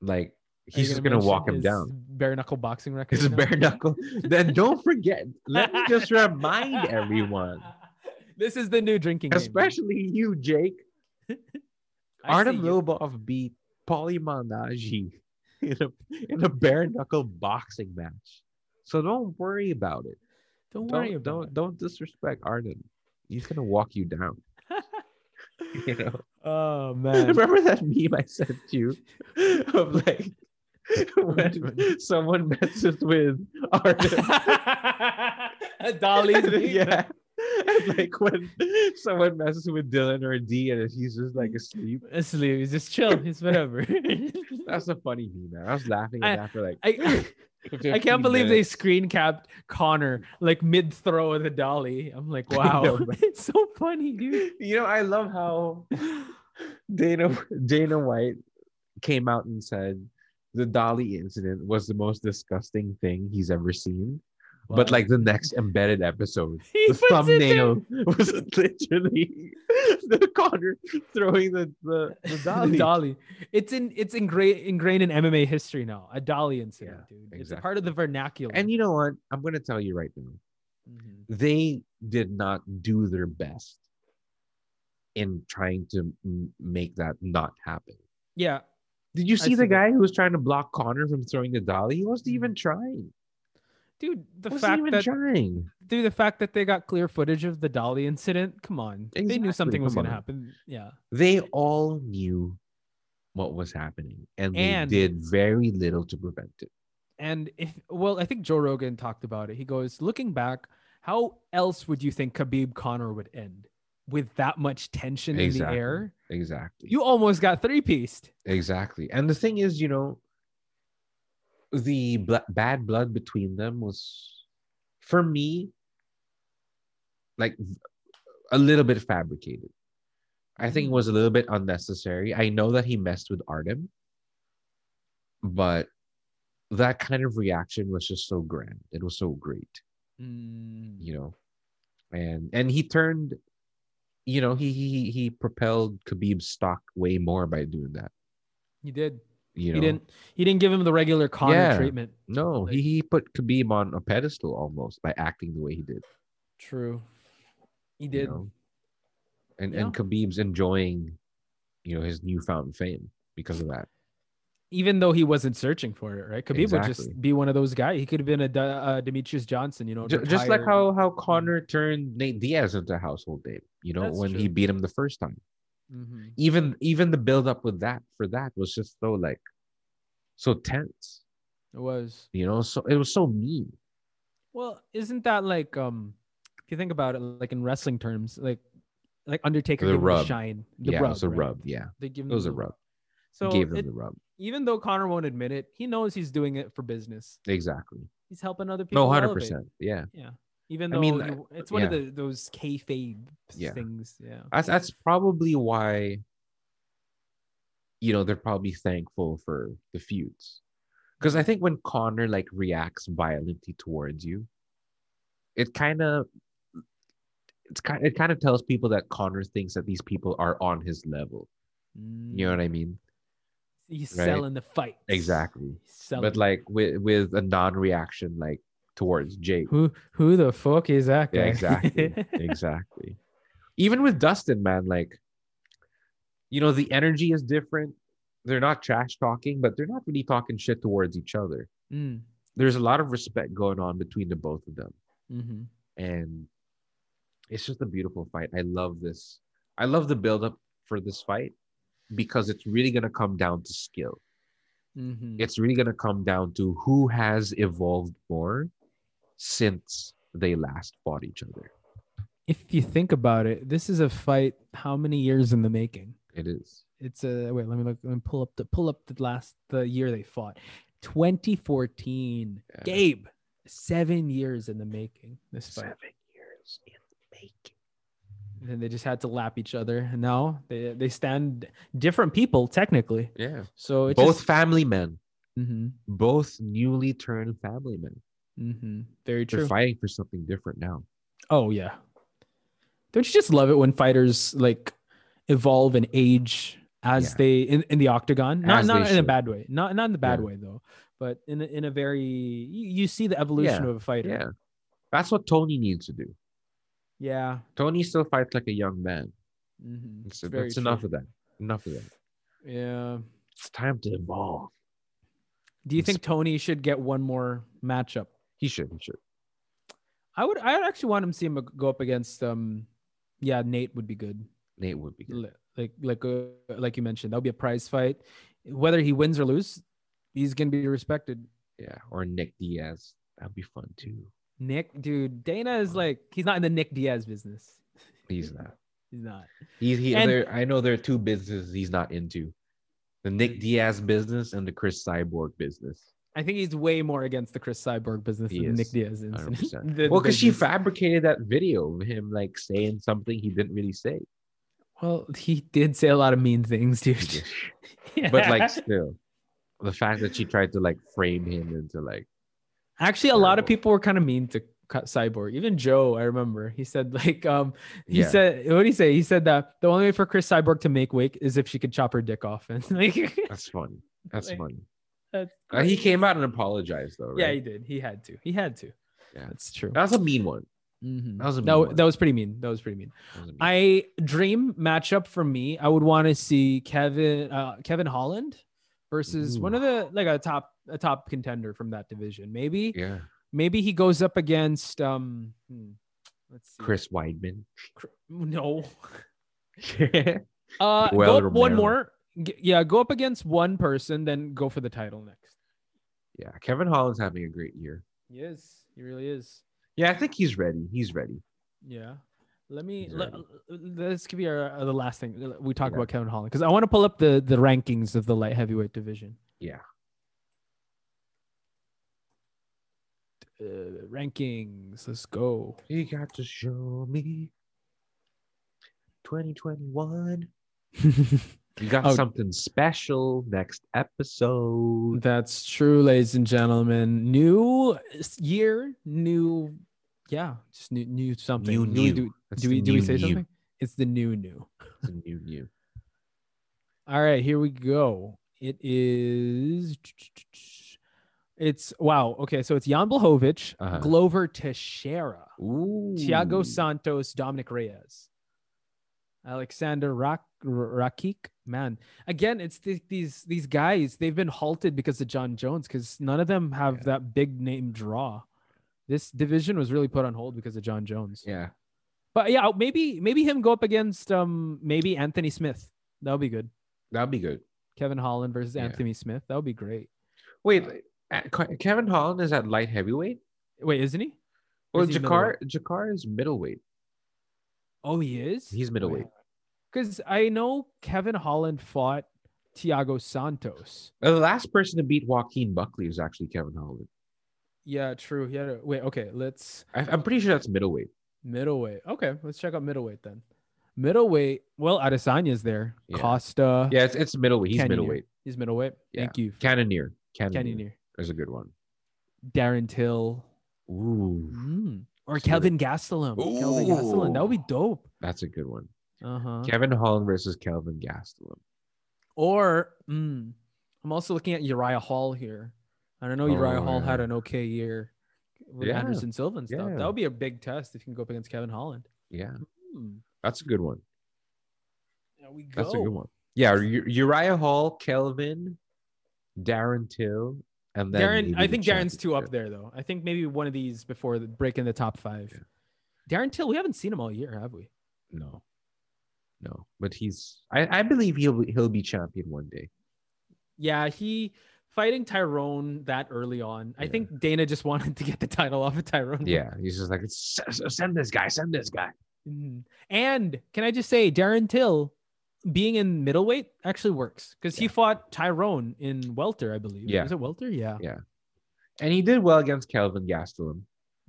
Speaker 2: like
Speaker 1: Are you
Speaker 2: he's just gonna
Speaker 1: mention
Speaker 2: walk him
Speaker 1: his
Speaker 2: down.
Speaker 1: Bare knuckle boxing record.
Speaker 2: It's a
Speaker 1: now?
Speaker 2: bare knuckle. then don't forget. Let me just remind everyone,
Speaker 1: This is the new drinking game.
Speaker 2: especially you, Jake.
Speaker 1: I see
Speaker 2: Artem
Speaker 1: you.
Speaker 2: Lobov beat Paulie Malignaggi in a in a bare knuckle boxing match. So don't worry about it.
Speaker 1: Don't
Speaker 2: Don't
Speaker 1: worry about
Speaker 2: don't
Speaker 1: it.
Speaker 2: don't disrespect Artem. He's gonna walk you down. You know.
Speaker 1: Oh man.
Speaker 2: Remember that meme I sent you of like when someone messes with Artem.
Speaker 1: Dolly's
Speaker 2: yeah. And like when someone messes with Dylan or D and he's just like asleep.
Speaker 1: Asleep. He's just chill. He's whatever.
Speaker 2: That's a funny meme, man. I was laughing at
Speaker 1: I-
Speaker 2: that for like
Speaker 1: I I can't believe they screen capped Connor like mid throw of the dolly. I'm like,
Speaker 2: I
Speaker 1: wow,
Speaker 2: know, right?
Speaker 1: it's so funny, dude.
Speaker 2: they You know, I love how Dana Dana White came out and said the Dolly incident was the most disgusting thing he's ever seen. But
Speaker 1: Wow.
Speaker 2: like the next embedded episode,
Speaker 1: He
Speaker 2: the
Speaker 1: puts it there.
Speaker 2: thumbnail was literally the Connor throwing the the, the
Speaker 1: The
Speaker 2: dolly.
Speaker 1: dolly. It's in it's ingrained ingrained in MMA history now. A dolly incident, dude. It's a
Speaker 2: exactly.
Speaker 1: part of the vernacular.
Speaker 2: And you know what? I'm gonna tell you right now.
Speaker 1: Mhm.
Speaker 2: They did not do their best in trying to m- make that not happen.
Speaker 1: yeah,
Speaker 2: Did you see
Speaker 1: see
Speaker 2: the
Speaker 1: that.
Speaker 2: guy who was trying to block Connor from throwing the dolly? He wasn't
Speaker 1: Mhm.
Speaker 2: even trying.
Speaker 1: dude. The
Speaker 2: wasn't
Speaker 1: fact
Speaker 2: even
Speaker 1: that
Speaker 2: trying.
Speaker 1: dude, the fact that they got clear footage of the dolly incident. Come on, they knew
Speaker 2: Exactly,
Speaker 1: something was
Speaker 2: come
Speaker 1: gonna
Speaker 2: on.
Speaker 1: happen. Yeah.
Speaker 2: They all knew what was happening, and they
Speaker 1: And-
Speaker 2: did very little to prevent it.
Speaker 1: And if well, I think Joe Rogan talked about it. He goes, looking back, how else would you think Khabib Connor would end with that much tension in
Speaker 2: Exactly.
Speaker 1: the air?
Speaker 2: Exactly.
Speaker 1: You almost got three pieced.
Speaker 2: Exactly. And the thing is, you know, the bl- bad blood between them was, for me, like v- a little bit fabricated. I think it
Speaker 1: Mm-hmm.
Speaker 2: was a little bit unnecessary. I know that he messed with Artem, but that kind of reaction was just so grand. It was so great you know and and he turned you know he he he- he propelled khabib's stock way more by doing that
Speaker 1: He did.
Speaker 2: you
Speaker 1: he
Speaker 2: know
Speaker 1: didn't. He didn't give him the regular Connor
Speaker 2: Yeah.
Speaker 1: treatment.
Speaker 2: no he, he put khabib on a pedestal almost by acting the way he did
Speaker 1: True. He
Speaker 2: you
Speaker 1: did.
Speaker 2: know? and
Speaker 1: Yeah.
Speaker 2: and khabib's enjoying you know his newfound fame because of that
Speaker 1: Even though he wasn't searching for it, right? Khabib would
Speaker 2: Exactly.
Speaker 1: just be one of those guys. He could have been a D- uh, Demetrius Johnson, you know,
Speaker 2: Ju- just like
Speaker 1: retired.
Speaker 2: how how connor turned nate diaz into a household name you know
Speaker 1: That's
Speaker 2: when he
Speaker 1: true.
Speaker 2: beat him the first time
Speaker 1: Mhm.
Speaker 2: even even the build up with that for that was just so like so tense
Speaker 1: it was.
Speaker 2: you know so it was so mean
Speaker 1: Well, isn't that like um if you think about it like in wrestling terms, like like Undertaker gave
Speaker 2: The
Speaker 1: him
Speaker 2: rub.
Speaker 1: shine. The
Speaker 2: yeah,
Speaker 1: rub,
Speaker 2: it was a
Speaker 1: right?
Speaker 2: rub. Yeah,
Speaker 1: They give him
Speaker 2: it was
Speaker 1: the
Speaker 2: a rub.
Speaker 1: So
Speaker 2: Gave them
Speaker 1: it-
Speaker 2: the rub.
Speaker 1: even though Connor won't admit it, he knows he's doing it for business.
Speaker 2: Exactly.
Speaker 1: He's helping other people.
Speaker 2: No, hundred
Speaker 1: elevate.
Speaker 2: percent. Yeah,
Speaker 1: Yeah. Even
Speaker 2: I
Speaker 1: though
Speaker 2: mean,
Speaker 1: you- it's one
Speaker 2: yeah.
Speaker 1: of the those kayfabe
Speaker 2: Yeah.
Speaker 1: things. Yeah.
Speaker 2: that's that's probably why. You know, they're probably thankful for the feuds, because I think when Connor like reacts violently towards you, it kind of. It's kind, it kind of tells people that Connor thinks that these people are on his level. You know what I mean?
Speaker 1: Mm. He's
Speaker 2: right?
Speaker 1: selling the fight.
Speaker 2: Exactly.
Speaker 1: He's selling.
Speaker 2: But like with with a non-reaction like towards Jake,
Speaker 1: who who the fuck is that guy?
Speaker 2: Yeah, exactly. exactly. Even with Dustin, man, like, you know, the energy is different. they're not trash talking, but they're not really talking shit towards each other.
Speaker 1: Mm.
Speaker 2: There's a lot of respect going on between the both of them,
Speaker 1: Mm-hmm.
Speaker 2: and it's just a beautiful fight. I love this. I love the buildup for this fight because it's really gonna come down to skill.
Speaker 1: Mm-hmm.
Speaker 2: It's really gonna come down to who has evolved more since they last fought each other.
Speaker 1: If you think about it, this is a fight how many years in the making?
Speaker 2: It is.
Speaker 1: It's a wait, let me look let me pull up the pull up the last the year they fought. 2014.
Speaker 2: Yeah.
Speaker 1: Gabe, 7 years in the making this fight.
Speaker 2: years in the making.
Speaker 1: And then they just had to lap each other. And now they they stand different people technically.
Speaker 2: Yeah.
Speaker 1: So Oh, it's
Speaker 2: both family men,
Speaker 1: mm-hmm,
Speaker 2: both newly turned family men.
Speaker 1: mm-hmm, very
Speaker 2: They're
Speaker 1: true.
Speaker 2: fighting for something different now.
Speaker 1: Oh yeah. Don't you just love it when fighters like evolve and age as
Speaker 2: Yeah.
Speaker 1: they in, in the octagon? Not
Speaker 2: As
Speaker 1: not
Speaker 2: they
Speaker 1: in a
Speaker 2: should.
Speaker 1: bad way. Not not in the bad
Speaker 2: Yeah.
Speaker 1: way though, but in a, in a very you, you see the evolution
Speaker 2: Yeah.
Speaker 1: of a fighter.
Speaker 2: Yeah. That's what Tony needs to do.
Speaker 1: Yeah.
Speaker 2: Tony still fights like a young man.
Speaker 1: Mm-hmm.
Speaker 2: It's, that's enough of that. Enough of that.
Speaker 1: Yeah.
Speaker 2: It's time to evolve.
Speaker 1: Do you
Speaker 2: It's-
Speaker 1: think Tony should get one more matchup?
Speaker 2: He should. He should.
Speaker 1: I would. I would actually want him to see him go up against. Um, yeah, Nate would be good.
Speaker 2: Nate would be good.
Speaker 1: Li- Like like uh, like you mentioned, that would be a prize fight. Whether he wins or lose, he's gonna be respected.
Speaker 2: Yeah. Or Nick Diaz. That'd be fun too.
Speaker 1: Nick, dude, Dana is like he's not in the Nick Diaz business.
Speaker 2: He's not.
Speaker 1: He's not.
Speaker 2: He's he.
Speaker 1: And-
Speaker 2: there, I know there are two businesses he's not into: the
Speaker 1: Mm.
Speaker 2: Nick Diaz business and the Chris Cyborg business.
Speaker 1: I think he's way more against the Chris Cyborg business
Speaker 2: He
Speaker 1: than Nick
Speaker 2: is,
Speaker 1: Diaz is.
Speaker 2: 100%.
Speaker 1: The- the
Speaker 2: well, because she
Speaker 1: business.
Speaker 2: fabricated that video of him like saying something he didn't really say.
Speaker 1: well, he did say a lot of mean things, dude.
Speaker 2: But
Speaker 1: Yeah.
Speaker 2: like still, the fact that she tried to like frame him into like
Speaker 1: Actually, a lot of
Speaker 2: Terrible.
Speaker 1: people were kind of mean to Cy- Cyborg. Even Joe, I remember, he said like, um, he
Speaker 2: Yeah.
Speaker 1: said, what did he say? He said that the only way for Chris Cyborg to make wake is if she could chop her dick off, and like,
Speaker 2: that's funny. That's
Speaker 1: Like,
Speaker 2: funny.
Speaker 1: that's
Speaker 2: Uh, he
Speaker 1: great.
Speaker 2: came out and apologized though,
Speaker 1: Yeah,
Speaker 2: right?
Speaker 1: he did. He had to. He had to.
Speaker 2: Yeah.
Speaker 1: that's true.
Speaker 2: that was a mean one.
Speaker 1: Mhm.
Speaker 2: that was a mean
Speaker 1: that, wa-
Speaker 2: one.
Speaker 1: that was pretty mean. That was pretty mean.
Speaker 2: That was a mean-
Speaker 1: I dream matchup for me. I would want to see Kevin uh, Kevin Holland versus
Speaker 2: Ooh.
Speaker 1: one of the like a top a top contender from that division. Maybe
Speaker 2: yeah,
Speaker 1: maybe he goes up against um hmm, let's see.
Speaker 2: Chris Weidman.
Speaker 1: Cr- No.
Speaker 2: yeah,
Speaker 1: Uh
Speaker 2: Yoel
Speaker 1: go up one
Speaker 2: Romero.
Speaker 1: more. G- yeah, go up against one person then go for the title next.
Speaker 2: Kevin Holland's having a great year.
Speaker 1: He is. He really is.
Speaker 2: Yeah, I think he's ready. He's ready.
Speaker 1: Yeah. Let me.
Speaker 2: He's
Speaker 1: le-
Speaker 2: ready.
Speaker 1: this could be our, uh, the last thing we talk
Speaker 2: Yeah.
Speaker 1: about Kevin Holland because I want to pull up the the rankings of the light heavyweight division.
Speaker 2: Yeah.
Speaker 1: Uh, rankings. Let's go.
Speaker 2: You got to show me 2021. You got
Speaker 1: Oh.
Speaker 2: something special next episode.
Speaker 1: That's true, ladies and gentlemen. New s- year, new. Yeah, just new, new something.
Speaker 2: New,
Speaker 1: New-
Speaker 2: new.
Speaker 1: Do,
Speaker 2: That's
Speaker 1: do
Speaker 2: the
Speaker 1: we do we
Speaker 2: new,
Speaker 1: say
Speaker 2: new.
Speaker 1: something? It's the new new.
Speaker 2: It's a new, new.
Speaker 1: All right, here we go. It is. It's wow. Okay, so it's Jan Blahovic,
Speaker 2: Uh-huh.
Speaker 1: Glover Teixeira,
Speaker 2: Ooh.
Speaker 1: Thiago Santos, Dominic Reyes, Alexander Rak- R- Rakic. Man, again, it's th- these these guys. They've been halted because of John Jones because none of them have
Speaker 2: Yeah.
Speaker 1: that big name draw. This division was really put on hold because of John Jones.
Speaker 2: Yeah.
Speaker 1: But yeah, maybe maybe him go up against um maybe Anthony Smith. That'll be good.
Speaker 2: That'd be good.
Speaker 1: Kevin Holland versus
Speaker 2: Yeah.
Speaker 1: Anthony Smith. That would be great.
Speaker 2: Wait, uh, Ke- Kevin Holland is at light heavyweight?
Speaker 1: Wait, isn't he?
Speaker 2: Well,
Speaker 1: is he
Speaker 2: Jakar Jakar is middleweight.
Speaker 1: Oh, he is.
Speaker 2: He's middleweight.
Speaker 1: Because I know Kevin Holland fought Thiago Santos.
Speaker 2: Uh, The last person to beat Joaquin Buckley was actually Kevin Holland.
Speaker 1: Yeah, true. He had a wait. Okay, let's
Speaker 2: I, I'm pretty sure that's middleweight.
Speaker 1: middleweight. Okay, let's check out middleweight then. Middleweight. Well, Adesanya's there.
Speaker 2: Yeah.
Speaker 1: Costa.
Speaker 2: Yeah, it's, it's middleweight. He's
Speaker 1: Cannonier.
Speaker 2: middleweight.
Speaker 1: He's middleweight.
Speaker 2: Yeah.
Speaker 1: Thank you,
Speaker 2: Cannoneer. Cannoneer.
Speaker 1: Kenny.
Speaker 2: Cannoneer
Speaker 1: Neer.
Speaker 2: is a good one.
Speaker 1: Darren Till.
Speaker 2: Ooh,
Speaker 1: Mm. Or
Speaker 2: Sort of.
Speaker 1: Kelvin Gastelum. Kelvin Gastelum. That would be dope.
Speaker 2: that's a good one.
Speaker 1: Uh huh.
Speaker 2: Kevin Holland versus Kelvin Gastelum.
Speaker 1: Or mm, I'm also looking at Uriah Hall here. I don't know. Uriah
Speaker 2: Oh,
Speaker 1: Hall had
Speaker 2: yeah.
Speaker 1: an okay year with
Speaker 2: Yeah,
Speaker 1: Anderson Silva and stuff.
Speaker 2: yeah.
Speaker 1: That would be a big test if you can go up against Kevin Holland.
Speaker 2: Yeah,
Speaker 1: Hmm,
Speaker 2: that's a good one.
Speaker 1: there we go.
Speaker 2: That's a good one. Yeah, U- Uriah Hall, Kelvin, Darren Till, and then
Speaker 1: Darren,
Speaker 2: maybe
Speaker 1: I
Speaker 2: the
Speaker 1: think Darren's too up
Speaker 2: championship.
Speaker 1: there though. I think maybe one of these before the, breaking the top five. Darren Till, we haven't seen him all year, have we?
Speaker 2: No, no, but he's. I, I believe he'll he'll be champion one day.
Speaker 1: Yeah, he fighting Tyrone that early on. I
Speaker 2: Yeah.
Speaker 1: think Dana just wanted to get the title off of Tyrone.
Speaker 2: Yeah, he's just like "S- s- send this guy, send this guy.
Speaker 1: Mhm. And can I just say, Darren Till being in middleweight actually works because he
Speaker 2: Yeah.
Speaker 1: fought Tyrone in welter, I believe.
Speaker 2: Yeah.
Speaker 1: was it welter? Yeah.
Speaker 2: And he did well against Kelvin Gastelum.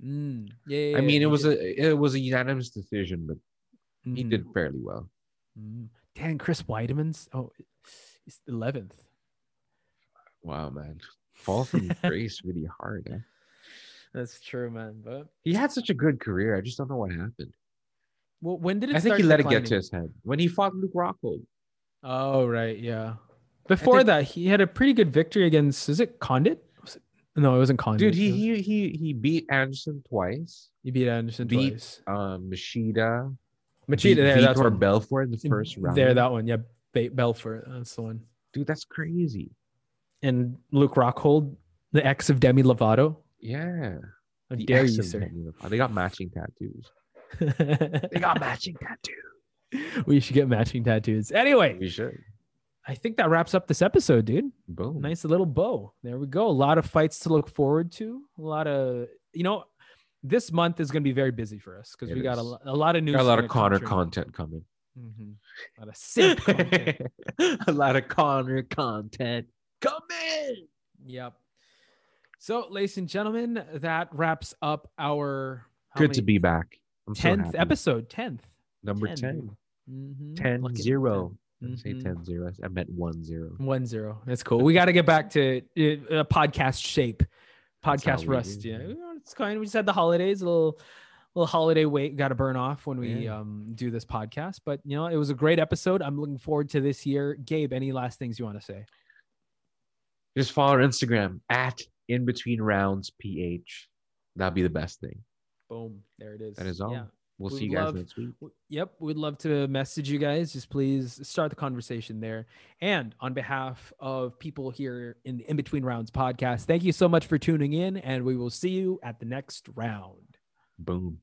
Speaker 1: Mm. Yeah, yeah, yeah,
Speaker 2: I mean,
Speaker 1: he
Speaker 2: it was
Speaker 1: did.
Speaker 2: a it was a unanimous decision, but he
Speaker 1: Mhm.
Speaker 2: did fairly well.
Speaker 1: Mm. Dang, Chris Weidman's. Oh, he's eleventh.
Speaker 2: Wow, man, fall from grace really hard. eh?
Speaker 1: That's true, man. But
Speaker 2: He had such a good career. I just don't know what happened.
Speaker 1: well, when did it?
Speaker 2: I think
Speaker 1: start
Speaker 2: he let it get to
Speaker 1: declining?
Speaker 2: his head when he fought Luke Rockhold.
Speaker 1: Oh right, yeah. Before
Speaker 2: think-
Speaker 1: that, he had a pretty good victory against. Is it Condit? Was it- No, it wasn't Condit.
Speaker 2: Dude,
Speaker 1: It
Speaker 2: he
Speaker 1: was-
Speaker 2: he he he beat Anderson twice.
Speaker 1: he beat Anderson
Speaker 2: beat
Speaker 1: twice.
Speaker 2: Um, Machida,
Speaker 1: Machida, there, that's
Speaker 2: Vitor
Speaker 1: one.
Speaker 2: Belfort in the first round.
Speaker 1: There, that one. Yeah, Ba Belfort. That's the one.
Speaker 2: dude, that's crazy.
Speaker 1: And Luke Rockhold, the ex of Demi Lovato.
Speaker 2: Yeah,
Speaker 1: How
Speaker 2: The
Speaker 1: dare you,
Speaker 2: accent
Speaker 1: sir?
Speaker 2: technique. They got matching tattoos. They got matching tattoos.
Speaker 1: we should get matching tattoos. Anyway,
Speaker 2: We should.
Speaker 1: I think that wraps up this episode, dude.
Speaker 2: Boom.
Speaker 1: Nice little bow. There we go. A lot of fights to look forward to. A lot of, you know, this month is going to be very busy for us because
Speaker 2: It
Speaker 1: we got a,
Speaker 2: is.
Speaker 1: lo- a lot of news.
Speaker 2: Got a lot
Speaker 1: gonna
Speaker 2: of
Speaker 1: come
Speaker 2: Connor
Speaker 1: through.
Speaker 2: content coming.
Speaker 1: Mhm. A lot of sick content.
Speaker 2: a lot of Connor content coming.
Speaker 1: Yep. So, ladies and gentlemen, that wraps up our how
Speaker 2: Good to
Speaker 1: many-
Speaker 2: be back. I'm so
Speaker 1: 10th
Speaker 2: happy.
Speaker 1: episode. 10th.
Speaker 2: Number
Speaker 1: 10.
Speaker 2: 10. 10,
Speaker 1: Mhm.
Speaker 2: 10
Speaker 1: Lucky
Speaker 2: 0. I didn't
Speaker 1: Mhm.
Speaker 2: say 10 0. I meant 1 0.
Speaker 1: One zero. That's cool. We got to get back to uh, uh, podcast shape,
Speaker 2: That's how
Speaker 1: podcast
Speaker 2: we
Speaker 1: rust.
Speaker 2: do,
Speaker 1: Yeah,
Speaker 2: yeah.
Speaker 1: You know, it's kind. We just had the holidays, a little, little holiday weight got to burn off when we
Speaker 2: Yeah.
Speaker 1: um do this podcast. But you know, it was a great episode. I'm looking forward to this year. Gabe, any last things you want to say?
Speaker 2: Just follow our Instagram at in between rounds ph. That'd be the best thing.
Speaker 1: Boom. There it is.
Speaker 2: That is all.
Speaker 1: Yeah.
Speaker 2: We'll
Speaker 1: We
Speaker 2: see you
Speaker 1: would
Speaker 2: guys
Speaker 1: love-
Speaker 2: next week.
Speaker 1: W- Yep, we'd love to message you guys. Just please start the conversation there. And on behalf of people here in the In Between Rounds podcast, thank you so much for tuning in, and we will see you at the next round.
Speaker 2: Boom.